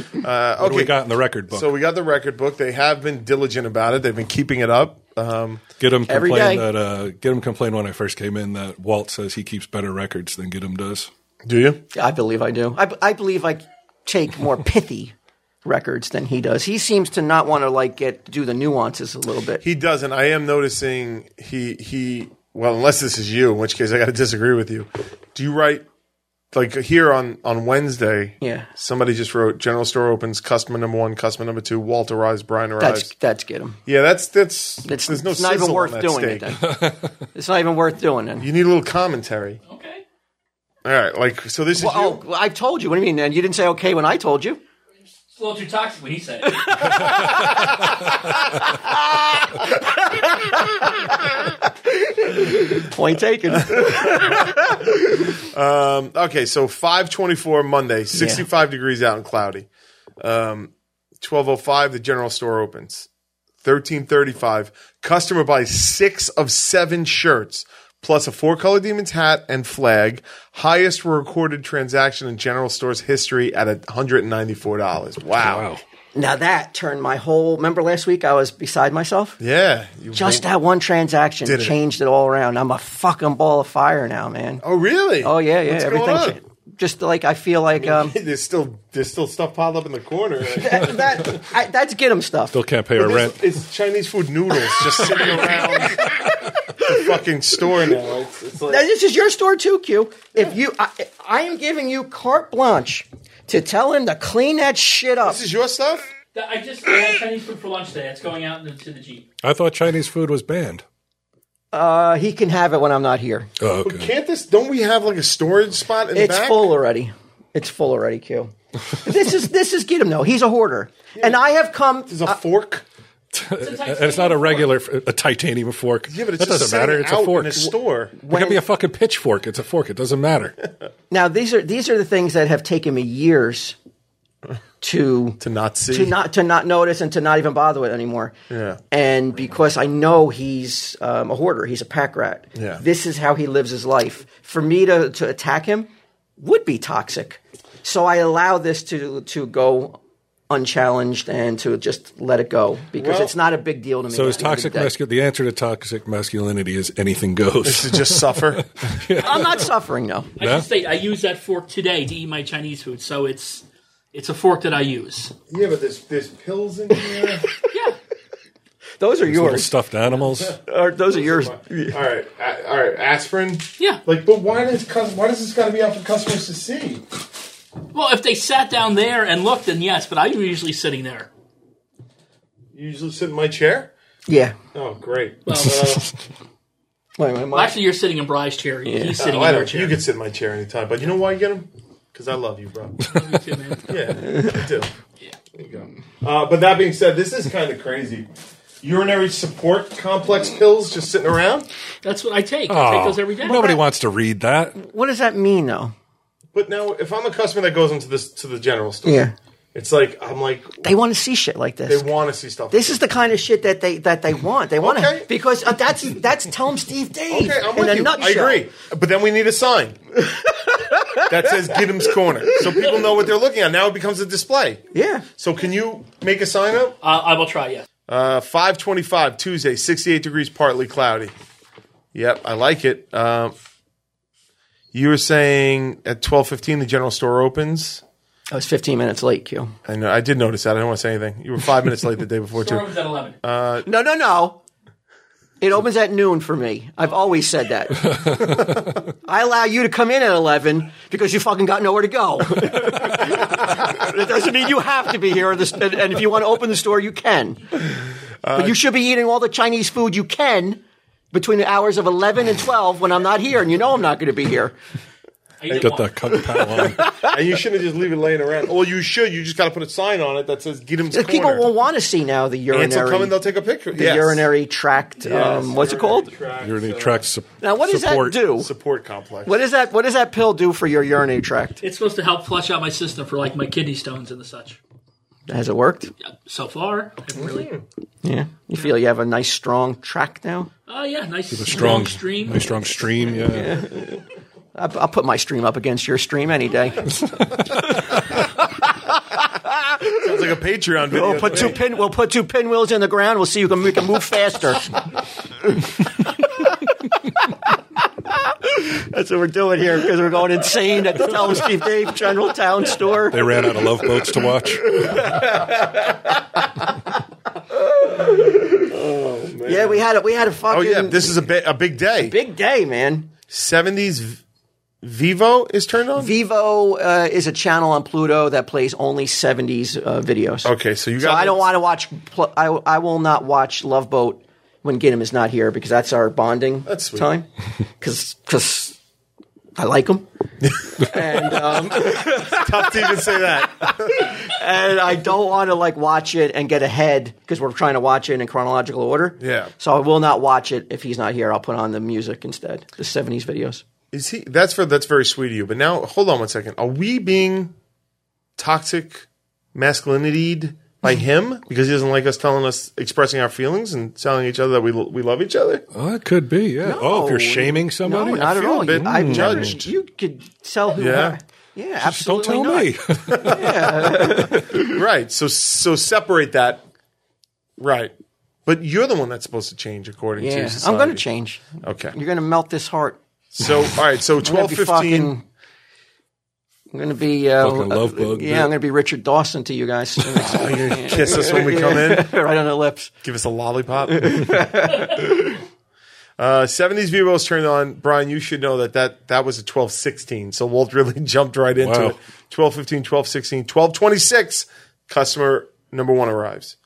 Speaker 3: snap. uh, okay.
Speaker 1: What do we got in the record book?
Speaker 3: So we got the record book. They have been diligent about it. They've been keeping it up. Um,
Speaker 1: get him
Speaker 2: Every
Speaker 1: complain
Speaker 2: day.
Speaker 1: that. Uh, get him complain when I first came in that Walt says he keeps better records than Get him does.
Speaker 3: do you?
Speaker 2: I believe I do. I, I believe I take more pithy records than he does. He seems to not want to like get do the nuances a little bit.
Speaker 3: He doesn't. I am noticing he he. Well, unless this is you, in which case I got to disagree with you. Do you write like here on on Wednesday?
Speaker 2: Yeah.
Speaker 3: Somebody just wrote general store opens customer number one, customer number two, Walter arrives, Brian arrives.
Speaker 2: that's that's get him.
Speaker 3: yeah, that's that's.
Speaker 2: It's,
Speaker 3: there's no
Speaker 2: it's not even
Speaker 3: sizzle on
Speaker 2: worth
Speaker 3: that
Speaker 2: doing
Speaker 3: steak.
Speaker 2: it. Then. it's not even worth doing it.
Speaker 3: You need a little commentary.
Speaker 5: Okay.
Speaker 3: All right, like so. This is you.
Speaker 2: Well, oh, I told you. What do you mean? And you didn't say okay when I told you.
Speaker 5: It's a little too toxic when he said it.
Speaker 2: Point taken.
Speaker 3: Okay, so 524 Monday, 65 degrees out and cloudy. Um, 1205, the general store opens. 1335, customer buys six of seven shirts, plus a four color demons hat and flag. Highest recorded transaction in general store's history at $194. Wow.
Speaker 2: now that turned my whole. Remember last week I was beside myself.
Speaker 3: Yeah. You-
Speaker 2: Just that one transaction
Speaker 3: Did it.
Speaker 2: changed it all around. I'm a fucking ball of fire now, man.
Speaker 3: Oh, really?
Speaker 2: Oh yeah, yeah.
Speaker 3: What's going
Speaker 2: Everything's
Speaker 3: on?
Speaker 2: just like I feel like um,
Speaker 3: There's still there's still stuff piled up in the corner.
Speaker 2: that, that I, that's get 'em stuff.
Speaker 1: Still can't pay our
Speaker 3: There's-
Speaker 1: rent.
Speaker 3: It's Chinese food noodles just sitting around the fucking store now. It's, it's
Speaker 2: Now,
Speaker 3: like,
Speaker 2: this is your store too, Q. If you, I, I am giving you carte blanche to tell him to clean that shit up.
Speaker 3: this is your stuff?
Speaker 5: That- I just I had Chinese food for lunch today. It's going out into the Jeep.
Speaker 1: I thought Chinese food was banned.
Speaker 2: Uh, he can have it when I'm not here.
Speaker 1: Oh, okay.
Speaker 3: Can't this? Don't we have like a storage spot in the
Speaker 2: It's
Speaker 3: back?
Speaker 2: full already. It's full already, Q. this is this is get him though. He's a hoarder, and I have come.
Speaker 5: Uh,
Speaker 3: There's a fork.
Speaker 1: uh, and it's not a regular, a titanium fork.
Speaker 3: Yeah, but it's
Speaker 1: that
Speaker 3: just
Speaker 1: doesn't matter.
Speaker 3: sitting
Speaker 1: It's
Speaker 3: out
Speaker 1: a fork.
Speaker 3: in a store.
Speaker 1: It could be a fucking pitchfork. It's a fork. It doesn't matter.
Speaker 2: Now these are these are the things that have taken me years to
Speaker 3: to not see.
Speaker 2: to not to not notice and to not even bother with anymore.
Speaker 3: Yeah.
Speaker 2: And because I know he's um, a hoarder, he's a pack rat.
Speaker 3: Yeah.
Speaker 2: This is how he lives his life. For me to to attack him would be toxic. So I allow this to to go unchallenged and to just let it go because
Speaker 3: Well-
Speaker 2: it's not a big deal to me.
Speaker 1: So is
Speaker 2: at the end of
Speaker 1: toxic
Speaker 2: the day.
Speaker 1: masculinity? The answer to toxic masculinity is anything goes.
Speaker 3: to just suffer.
Speaker 2: I'm not suffering though.
Speaker 5: I should state I use that fork today to eat my Chinese food, so it's it's a fork that I use.
Speaker 3: yeah, but there's there's pills in here.
Speaker 5: Yeah.
Speaker 2: Those are
Speaker 1: Little
Speaker 2: yours.
Speaker 1: stuffed animals.
Speaker 2: Or those are yours.
Speaker 3: all right, a- all right, aspirin.
Speaker 5: Yeah.
Speaker 3: Like, but why does cus- why does this got to be out for customers to see?
Speaker 5: Well, if they sat down there and looked, then yes, but I'm usually sitting there.
Speaker 3: You usually sit in my chair.
Speaker 2: Yeah.
Speaker 3: Oh, great.
Speaker 5: Well, uh,
Speaker 2: Wait, wait, wait.
Speaker 5: well, actually, you're sitting in Bry's chair. He's sitting
Speaker 3: Oh, I
Speaker 5: in your
Speaker 3: don't, you
Speaker 5: chair.
Speaker 3: could sit in my chair anytime, but you know why you get them? Because I love you, bro.
Speaker 5: too, man.
Speaker 3: Yeah, I do. There you go. Uh, but that being said, this is kind of crazy. Urinary support complex pills just sitting around,
Speaker 5: That's what I take. I take
Speaker 1: Oh,
Speaker 5: those every day. Uh,
Speaker 1: Nobody wants to read that.
Speaker 2: what does that mean though?
Speaker 3: but now if I'm a customer that goes into this to the general store,
Speaker 2: Yeah.
Speaker 3: it's like I'm like
Speaker 2: They want to see shit like this.
Speaker 3: they want to see stuff.
Speaker 2: This is the kind of shit that they that they want. They want
Speaker 3: Okay.
Speaker 2: to because uh, that's that's tell 'em Steve Dave
Speaker 3: okay. I'm
Speaker 2: in
Speaker 3: with
Speaker 2: a
Speaker 3: you.
Speaker 2: nutshell.
Speaker 3: I agree, but then we need a sign that says Giddim's Corner, so people know what they're looking at. Now it becomes a display.
Speaker 2: Yeah,
Speaker 3: So can you make a sign up?
Speaker 5: Uh, I will try. Yes.
Speaker 3: Uh, 525 Tuesday, 68 degrees, partly cloudy. Yep, I like it. Um, you were saying at 12:15 the general store opens.
Speaker 2: I was 15 minutes late. Q.
Speaker 3: I know I did notice that. I didn't want to say anything. You were 5 minutes late the day before
Speaker 5: Store
Speaker 3: too.
Speaker 5: opens at eleven.
Speaker 2: No, no, no. It opens at noon for me. I've always said that. I allow you to come in at 11 because you fucking got nowhere to go. it doesn't mean you have to be here. or this- And and if you want to open the store, you can.
Speaker 3: Uh,
Speaker 2: but you should be eating all the Chinese food you can between the hours of 11 and 12 when I'm not here and you know I'm not going to be here.
Speaker 5: I eat it
Speaker 1: Get
Speaker 5: once.
Speaker 1: that kung pao on.
Speaker 3: And you shouldn't just leave it laying around. Well, you should. You just got to put a sign on it that says Giddim's
Speaker 2: Because people
Speaker 3: Corner.
Speaker 2: will want to see now the
Speaker 3: Ants will
Speaker 2: urinary,
Speaker 3: come and they'll take a picture.
Speaker 2: the urinary tract. um, what's it called?
Speaker 1: You're going to attract su-
Speaker 2: Now, what does
Speaker 1: support.
Speaker 2: that do?
Speaker 3: Support complex.
Speaker 2: What is that? What does that pill do for your urinary tract?
Speaker 5: It's supposed to help flush out my system for like my kidney stones and the such.
Speaker 2: Has it worked?
Speaker 5: So far, I haven't really.
Speaker 2: Yeah. You feel you have a nice strong tract now.
Speaker 5: Oh yeah, nice
Speaker 1: A strong
Speaker 5: stream.
Speaker 1: A strong stream. Yeah.
Speaker 2: I- I'll put my stream up against your stream any day.
Speaker 3: Sounds like a Patreon video.
Speaker 2: We'll put two pin. We'll put two pinwheels in the ground. We'll see who can, we can move faster. That's what we're doing here because we're going insane at the Tell Steve Dave General Town Store.
Speaker 1: They ran out of love boats to watch.
Speaker 2: Yeah, we had a we had a fucking
Speaker 3: Oh yeah, this is a, bi- a big day.
Speaker 2: big day, man.
Speaker 3: 70s v- Vivo is turned on.
Speaker 2: Vivo uh, is a channel on Pluto that plays only '70s uh, videos.
Speaker 3: okay, so you
Speaker 2: So
Speaker 3: got
Speaker 2: I don't want to watch. Pl- I I will not watch Love Boat when Ginnam is not here because that's our bonding
Speaker 3: That's sweet.
Speaker 2: time. Because I like him, and um,
Speaker 3: tough to even say that.
Speaker 2: and I don't want to like watch it and get ahead because we're trying to watch it in chronological order.
Speaker 3: Yeah.
Speaker 2: So I will not watch it if he's not here. I'll put on the music instead, the '70s videos.
Speaker 3: Is he? That's for that's very sweet of you. But now, hold on one second. Are we being toxic masculinity by
Speaker 2: Mm-hmm.
Speaker 3: him because he doesn't like us telling us expressing our feelings and telling each other that we lo- we love each other?
Speaker 1: Oh, it could be. Yeah. oh, if you're shaming somebody,
Speaker 2: no, not at
Speaker 3: feel a
Speaker 2: all.
Speaker 3: bit
Speaker 2: You- I've never-
Speaker 3: judged.
Speaker 2: you could tell who.
Speaker 3: Yeah.
Speaker 2: Yeah,
Speaker 1: just don't
Speaker 2: absolutely
Speaker 1: tell
Speaker 2: not.
Speaker 1: me.
Speaker 3: Right. So so separate that. Right. But you're the one that's supposed to change according
Speaker 2: Yeah,
Speaker 3: to society.
Speaker 2: I'm going to change. You're
Speaker 3: Okay.
Speaker 2: going to melt this heart.
Speaker 3: So all right. So
Speaker 2: I'm gonna
Speaker 3: twelve
Speaker 2: be
Speaker 3: fifteen.
Speaker 2: fucking- I'm gonna be uh,
Speaker 1: Fucking love bug,
Speaker 2: Yeah,
Speaker 1: dude.
Speaker 2: I'm gonna be Richard Dawson to you guys. right
Speaker 3: Kiss us when we come in.
Speaker 2: on the lips.
Speaker 3: Give us a lollipop. uh, 70s Vivo was turned on. Brian, you should know that that, that was a 1216. So Walt really jumped right into
Speaker 1: Wow.
Speaker 3: it. 1215, 1216, 1226, customer number one arrives.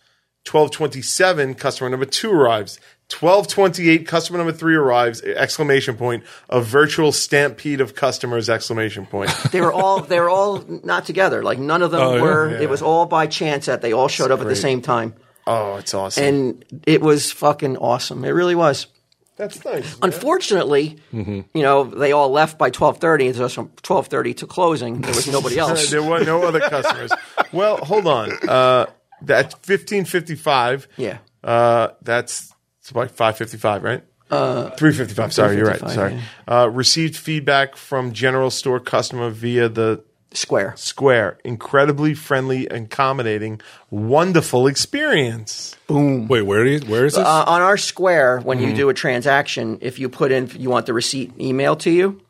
Speaker 3: 1227, customer number two arrives. 1228, customer number three arrives, exclamation point, a virtual stampede of customers, exclamation point.
Speaker 2: They were all they were all not together. Like none of them
Speaker 1: Oh, yeah.
Speaker 2: were. It was all by chance that they all showed up at the same time.
Speaker 3: Oh, it's awesome.
Speaker 2: and it was fucking awesome. It really was.
Speaker 3: That's nice. man.
Speaker 2: Unfortunately,
Speaker 1: Mm-hmm.
Speaker 2: you know they all left by twelve thirty. It was from twelve thirty to closing. There was nobody else.
Speaker 3: there were no other customers. well, hold on. Uh, that's fifteen fifty five.
Speaker 2: Yeah.
Speaker 3: Uh, that's it's about five fifty five, right? Uh, three fifty five. Sorry, you're right.
Speaker 2: 355,
Speaker 3: Sorry. Uh, received feedback from general store customer via the
Speaker 2: Square.
Speaker 3: Square. Incredibly friendly, and accommodating, wonderful experience.
Speaker 1: Wait, where do you, where is this?
Speaker 2: Uh, on our Square, when you do a transaction, if you put in you want the receipt emailed to you,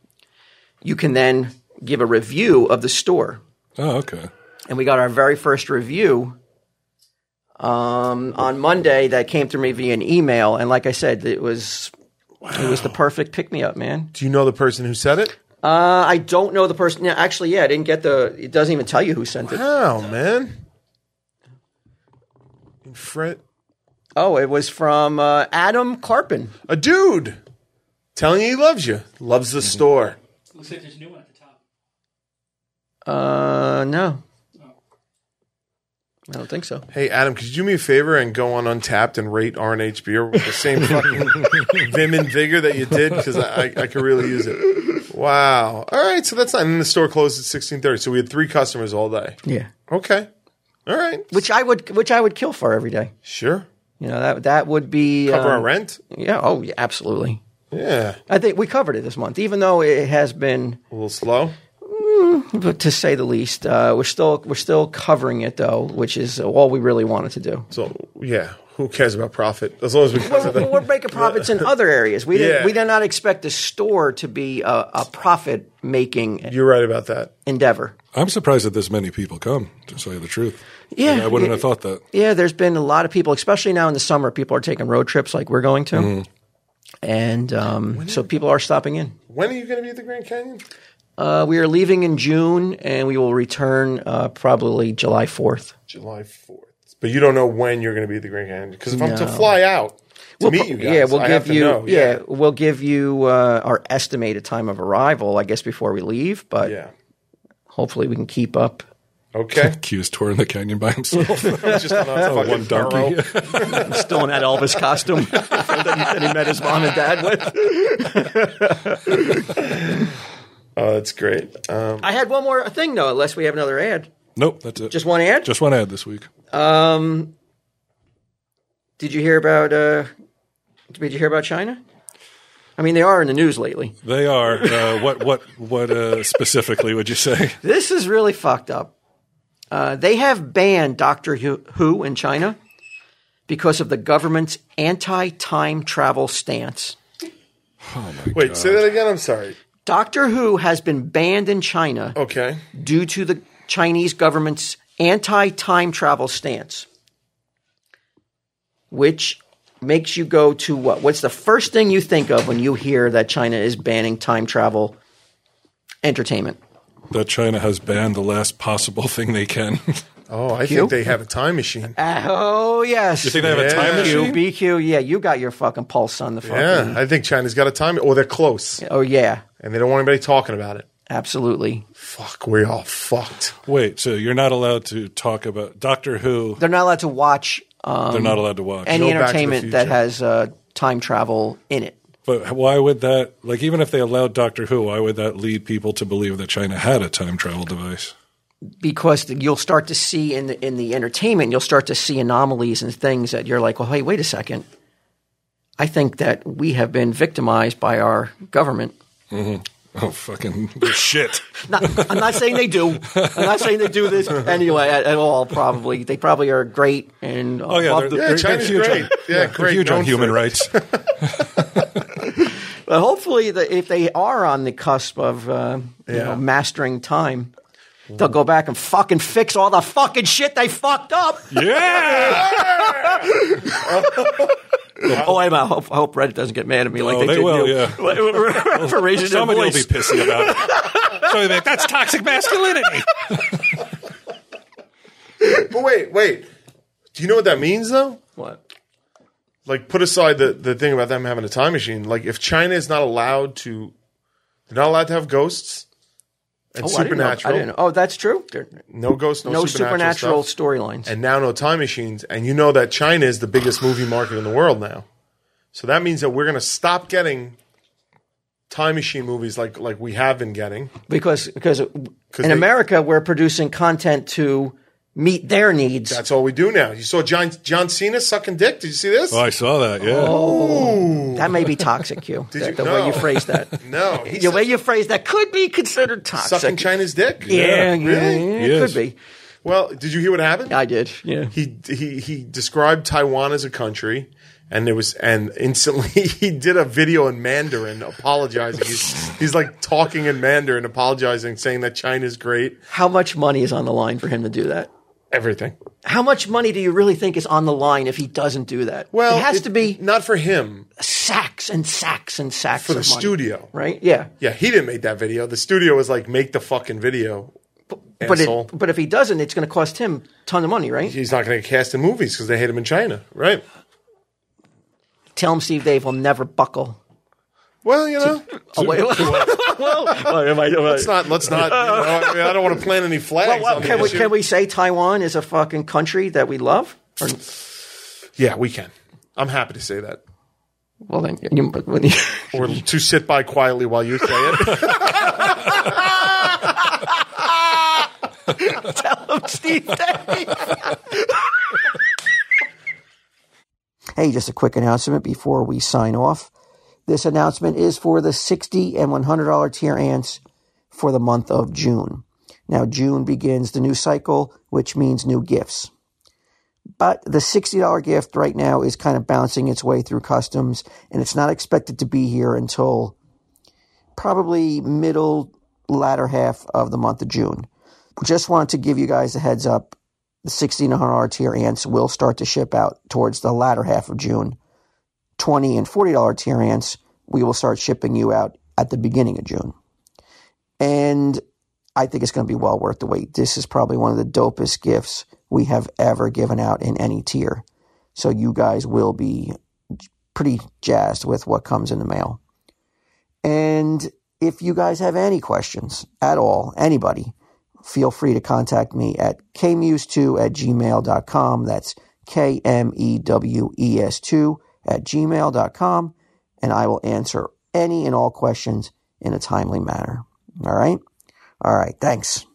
Speaker 2: you can then give a review of the store.
Speaker 1: oh, okay.
Speaker 2: and we got our very first review um, on Monday that came through me via an email. And like I said, it was it was the perfect pick me up, man.
Speaker 3: Do you know the person who said it?
Speaker 2: Uh, I don't know the person. Yeah, actually, yeah, I didn't get the. It doesn't even tell you who sent it.
Speaker 3: Oh man. In Fred,
Speaker 2: Oh, it was from uh, Adam Carpin.
Speaker 3: a dude telling you he loves you, loves the store.
Speaker 5: Looks like there's a new one at the top.
Speaker 2: Uh, no,
Speaker 5: Oh.
Speaker 2: I don't think so.
Speaker 3: Hey Adam, could you do me a favor and go on Untapped and rate RNH beer with the same fucking vim and vigor that you did? Because I, I, I could really use it. Wow. All right, so that's not. And the store closed at sixteen thirty, so we had three customers all day.
Speaker 2: Yeah,
Speaker 3: Okay. All right.
Speaker 2: which I would which I would kill for every day.
Speaker 3: Sure.
Speaker 2: You know that that would be
Speaker 3: Cover our
Speaker 2: um,
Speaker 3: rent.
Speaker 2: Yeah. Oh, yeah, absolutely.
Speaker 3: Yeah.
Speaker 2: I think we covered it this month, even though it has been
Speaker 3: A little slow.
Speaker 2: but to say the least. Uh, we're still we're still covering it though, which is all we really wanted to do.
Speaker 3: So yeah, who cares about profit? As long as we.
Speaker 2: We're, we're making profits in other areas. We didn't,
Speaker 3: Yeah.
Speaker 2: we did not expect the store to be a, a profit making
Speaker 3: You're right about that.
Speaker 2: endeavor.
Speaker 1: I'm surprised that this many people come, to tell you the truth.
Speaker 2: Yeah,
Speaker 1: Like, I wouldn't
Speaker 2: yeah.
Speaker 1: have thought that.
Speaker 2: Yeah, there's been a lot of people, especially now in the summer. People are taking road trips like we're going to,
Speaker 3: Mm-hmm.
Speaker 2: and um, so people are stopping in.
Speaker 3: When are you going to be at the Grand Canyon?
Speaker 2: Uh, we are leaving in June, and we will return uh, probably July fourth.
Speaker 3: July 4th. But you don't know when you're going to be at the Grand Canyon because if I'm to
Speaker 2: No.
Speaker 3: fly out to
Speaker 2: We'll
Speaker 3: meet
Speaker 2: pro-
Speaker 3: you guys,
Speaker 2: Yeah, we'll
Speaker 3: I
Speaker 2: give
Speaker 3: have to
Speaker 2: you.
Speaker 3: know.
Speaker 2: yeah. we'll give you uh, our estimated time of arrival, I guess, before we leave. But
Speaker 3: Yeah.
Speaker 2: hopefully, we can keep up.
Speaker 3: Okay.
Speaker 1: Q's touring the canyon by himself.
Speaker 3: Just on a fucking
Speaker 1: One donkey.
Speaker 3: burrow.
Speaker 2: I'm still in that Elvis costume that, he, that he met his mom and dad with.
Speaker 3: Oh, that's great. Um,
Speaker 2: I had one more thing though, unless we have another ad.
Speaker 1: nope, that's it.
Speaker 2: Just one ad.
Speaker 1: Just one ad this week.
Speaker 2: did you hear about? Uh, did you hear about China? I mean, they are in the news lately.
Speaker 1: They are. Uh, what what what uh, specifically would you say?
Speaker 2: This is really fucked up. Uh, they have banned Doctor Who Who in China because of the government's anti-time travel stance.
Speaker 3: wait, say that again. I'm sorry.
Speaker 2: Doctor Who has been banned in China
Speaker 3: Okay.
Speaker 2: due to the Chinese government's anti time travel stance, which makes you go to what? What's the first thing you think of when you hear that China is banning time travel entertainment?
Speaker 1: That China has banned the last possible thing they can.
Speaker 3: Oh, I think they have a time machine.
Speaker 2: Oh, yes.
Speaker 1: you think they have a time
Speaker 3: Yeah.
Speaker 1: machine?
Speaker 2: BQ, yeah, you got your fucking pulse on the fucking.
Speaker 3: Yeah, I think China's got a time, or they're close,
Speaker 2: Oh, yeah,
Speaker 3: and they don't want anybody talking about it.
Speaker 2: absolutely.
Speaker 3: Fuck, we're all fucked.
Speaker 1: Wait, so you're not allowed to talk about Doctor Who?
Speaker 2: They're not allowed to watch um,
Speaker 1: They're not allowed to watch.
Speaker 2: any
Speaker 3: Go Back to the
Speaker 2: entertainment that
Speaker 3: Future.
Speaker 2: has uh, time travel in it.
Speaker 1: But why would that? Like, even if they allowed Doctor Who, why would that lead people to believe that China had a time travel device?
Speaker 2: because the, you'll start to see in the in the entertainment, you'll start to see anomalies and things that you're like, well, hey, wait a second. I think that we have been victimized by our government.
Speaker 1: Oh fucking shit!
Speaker 2: Not, I'm not saying they do. I'm not saying they do this anyway at, at all. Probably they probably are great and
Speaker 1: Oh yeah, they're,
Speaker 2: above the-
Speaker 1: they're-
Speaker 3: Yeah, China's
Speaker 1: they're huge
Speaker 3: great.
Speaker 1: on-
Speaker 3: Yeah,
Speaker 1: they're
Speaker 3: great.
Speaker 1: Huge on
Speaker 3: Known
Speaker 1: human
Speaker 3: for it.
Speaker 1: rights.
Speaker 2: But hopefully, the, if they are on the cusp of uh, you
Speaker 3: Yeah.
Speaker 2: know, mastering time, they'll go back and fucking fix all the fucking shit they fucked up.
Speaker 1: yeah.
Speaker 2: Oh, wait a minute. I hope, I hope Reddit doesn't get mad at me like
Speaker 1: Oh,
Speaker 2: they,
Speaker 1: they
Speaker 2: did
Speaker 1: will,
Speaker 2: you.
Speaker 1: yeah.
Speaker 2: for raising their
Speaker 1: Somebody will be
Speaker 2: voice.
Speaker 1: pissy about it. Somebody be like, that's toxic masculinity.
Speaker 3: But wait, wait. Do you know what that means, though?
Speaker 2: What?
Speaker 3: like put aside the, the thing about them having a time machine like if china is not allowed to they're not allowed to have ghosts and
Speaker 2: Oh, I didn't know-
Speaker 3: Supernatural.
Speaker 2: I didn't know. Oh, that's true. There-
Speaker 3: No ghosts, no,
Speaker 2: no supernatural,
Speaker 3: supernatural, stuff.
Speaker 2: storylines.
Speaker 3: and now no time machines. And you know that China is the biggest movie market in the world now. So that means that we're going to stop getting time machine movies like like we have been getting.
Speaker 2: because because in
Speaker 3: they-
Speaker 2: America we're producing content to meet their needs.
Speaker 3: That's all we do now. You saw John John Cena sucking dick. Did you see this?
Speaker 1: Oh, I saw that. Yeah.
Speaker 2: that may be toxic, you. the
Speaker 3: you-
Speaker 2: the way
Speaker 3: no.
Speaker 2: you phrase that.
Speaker 3: No, he's
Speaker 2: the way you phrase that could be considered toxic.
Speaker 3: sucking China's dick.
Speaker 2: yeah, yeah,
Speaker 3: Really?
Speaker 1: Yes.
Speaker 2: yeah, it could be.
Speaker 3: Well, did you hear what happened?
Speaker 2: I did. Yeah.
Speaker 3: he he he described Taiwan as a country, and there was and instantly he did a video in Mandarin apologizing. He's, he's like talking in Mandarin, apologizing, saying that China's great.
Speaker 2: How much money is on the line for him to do that?
Speaker 3: Everything.
Speaker 2: How much money do you really think is on the line if he doesn't do that?
Speaker 3: Well,
Speaker 2: it has
Speaker 3: it-
Speaker 2: to be
Speaker 3: not for him
Speaker 2: sacks and sacks and sacks
Speaker 3: for the
Speaker 2: of money,
Speaker 3: studio.
Speaker 2: right? Yeah,
Speaker 3: Yeah, he didn't make that video. The studio was like, make the fucking video.
Speaker 2: but
Speaker 3: asshole.
Speaker 2: it, but if he doesn't, it's going to cost him a ton of money, right?
Speaker 3: He's not going to get cast in movies because they hate him in China, right?
Speaker 2: Tell him Steve Dave will never buckle.
Speaker 3: Well, you know,
Speaker 2: Oh, wait, well,
Speaker 3: let's not. Let's not. You know, I, mean, I don't want to plant any flags. on the
Speaker 2: can, we,
Speaker 3: issue.
Speaker 2: can we say Taiwan is a fucking country that we love? Or,
Speaker 3: Yeah, we can. I'm happy to say that.
Speaker 2: well, then you, but when you,
Speaker 3: or to sit by quietly while you say it.
Speaker 2: tell him Steve Dave. hey, just a quick announcement before we sign off. This announcement is for the sixty and one hundred dollar tier ants for the month of June. Now, June begins the new cycle, which means new gifts. But the $60 gift right now is kind of bouncing its way through customs, and it's not expected to be here until probably middle, latter half of the month of June. Just wanted to give you guys a heads up the 1600 tier ants will start to ship out towards the latter half of June. 20 and $40 tier ants, we will start shipping you out at the beginning of June. And I think it's going to be well worth the wait. This is probably one of the dopest gifts we have ever given out in any tier. So you guys will be pretty jazzed with what comes in the mail. And if you guys have any questions at all, anybody, feel free to contact me at kmuse2 at gmail.com. That's K M E W E S 2 at gmail.com. And I will answer any and all questions in a timely manner. All right? All right. Thanks.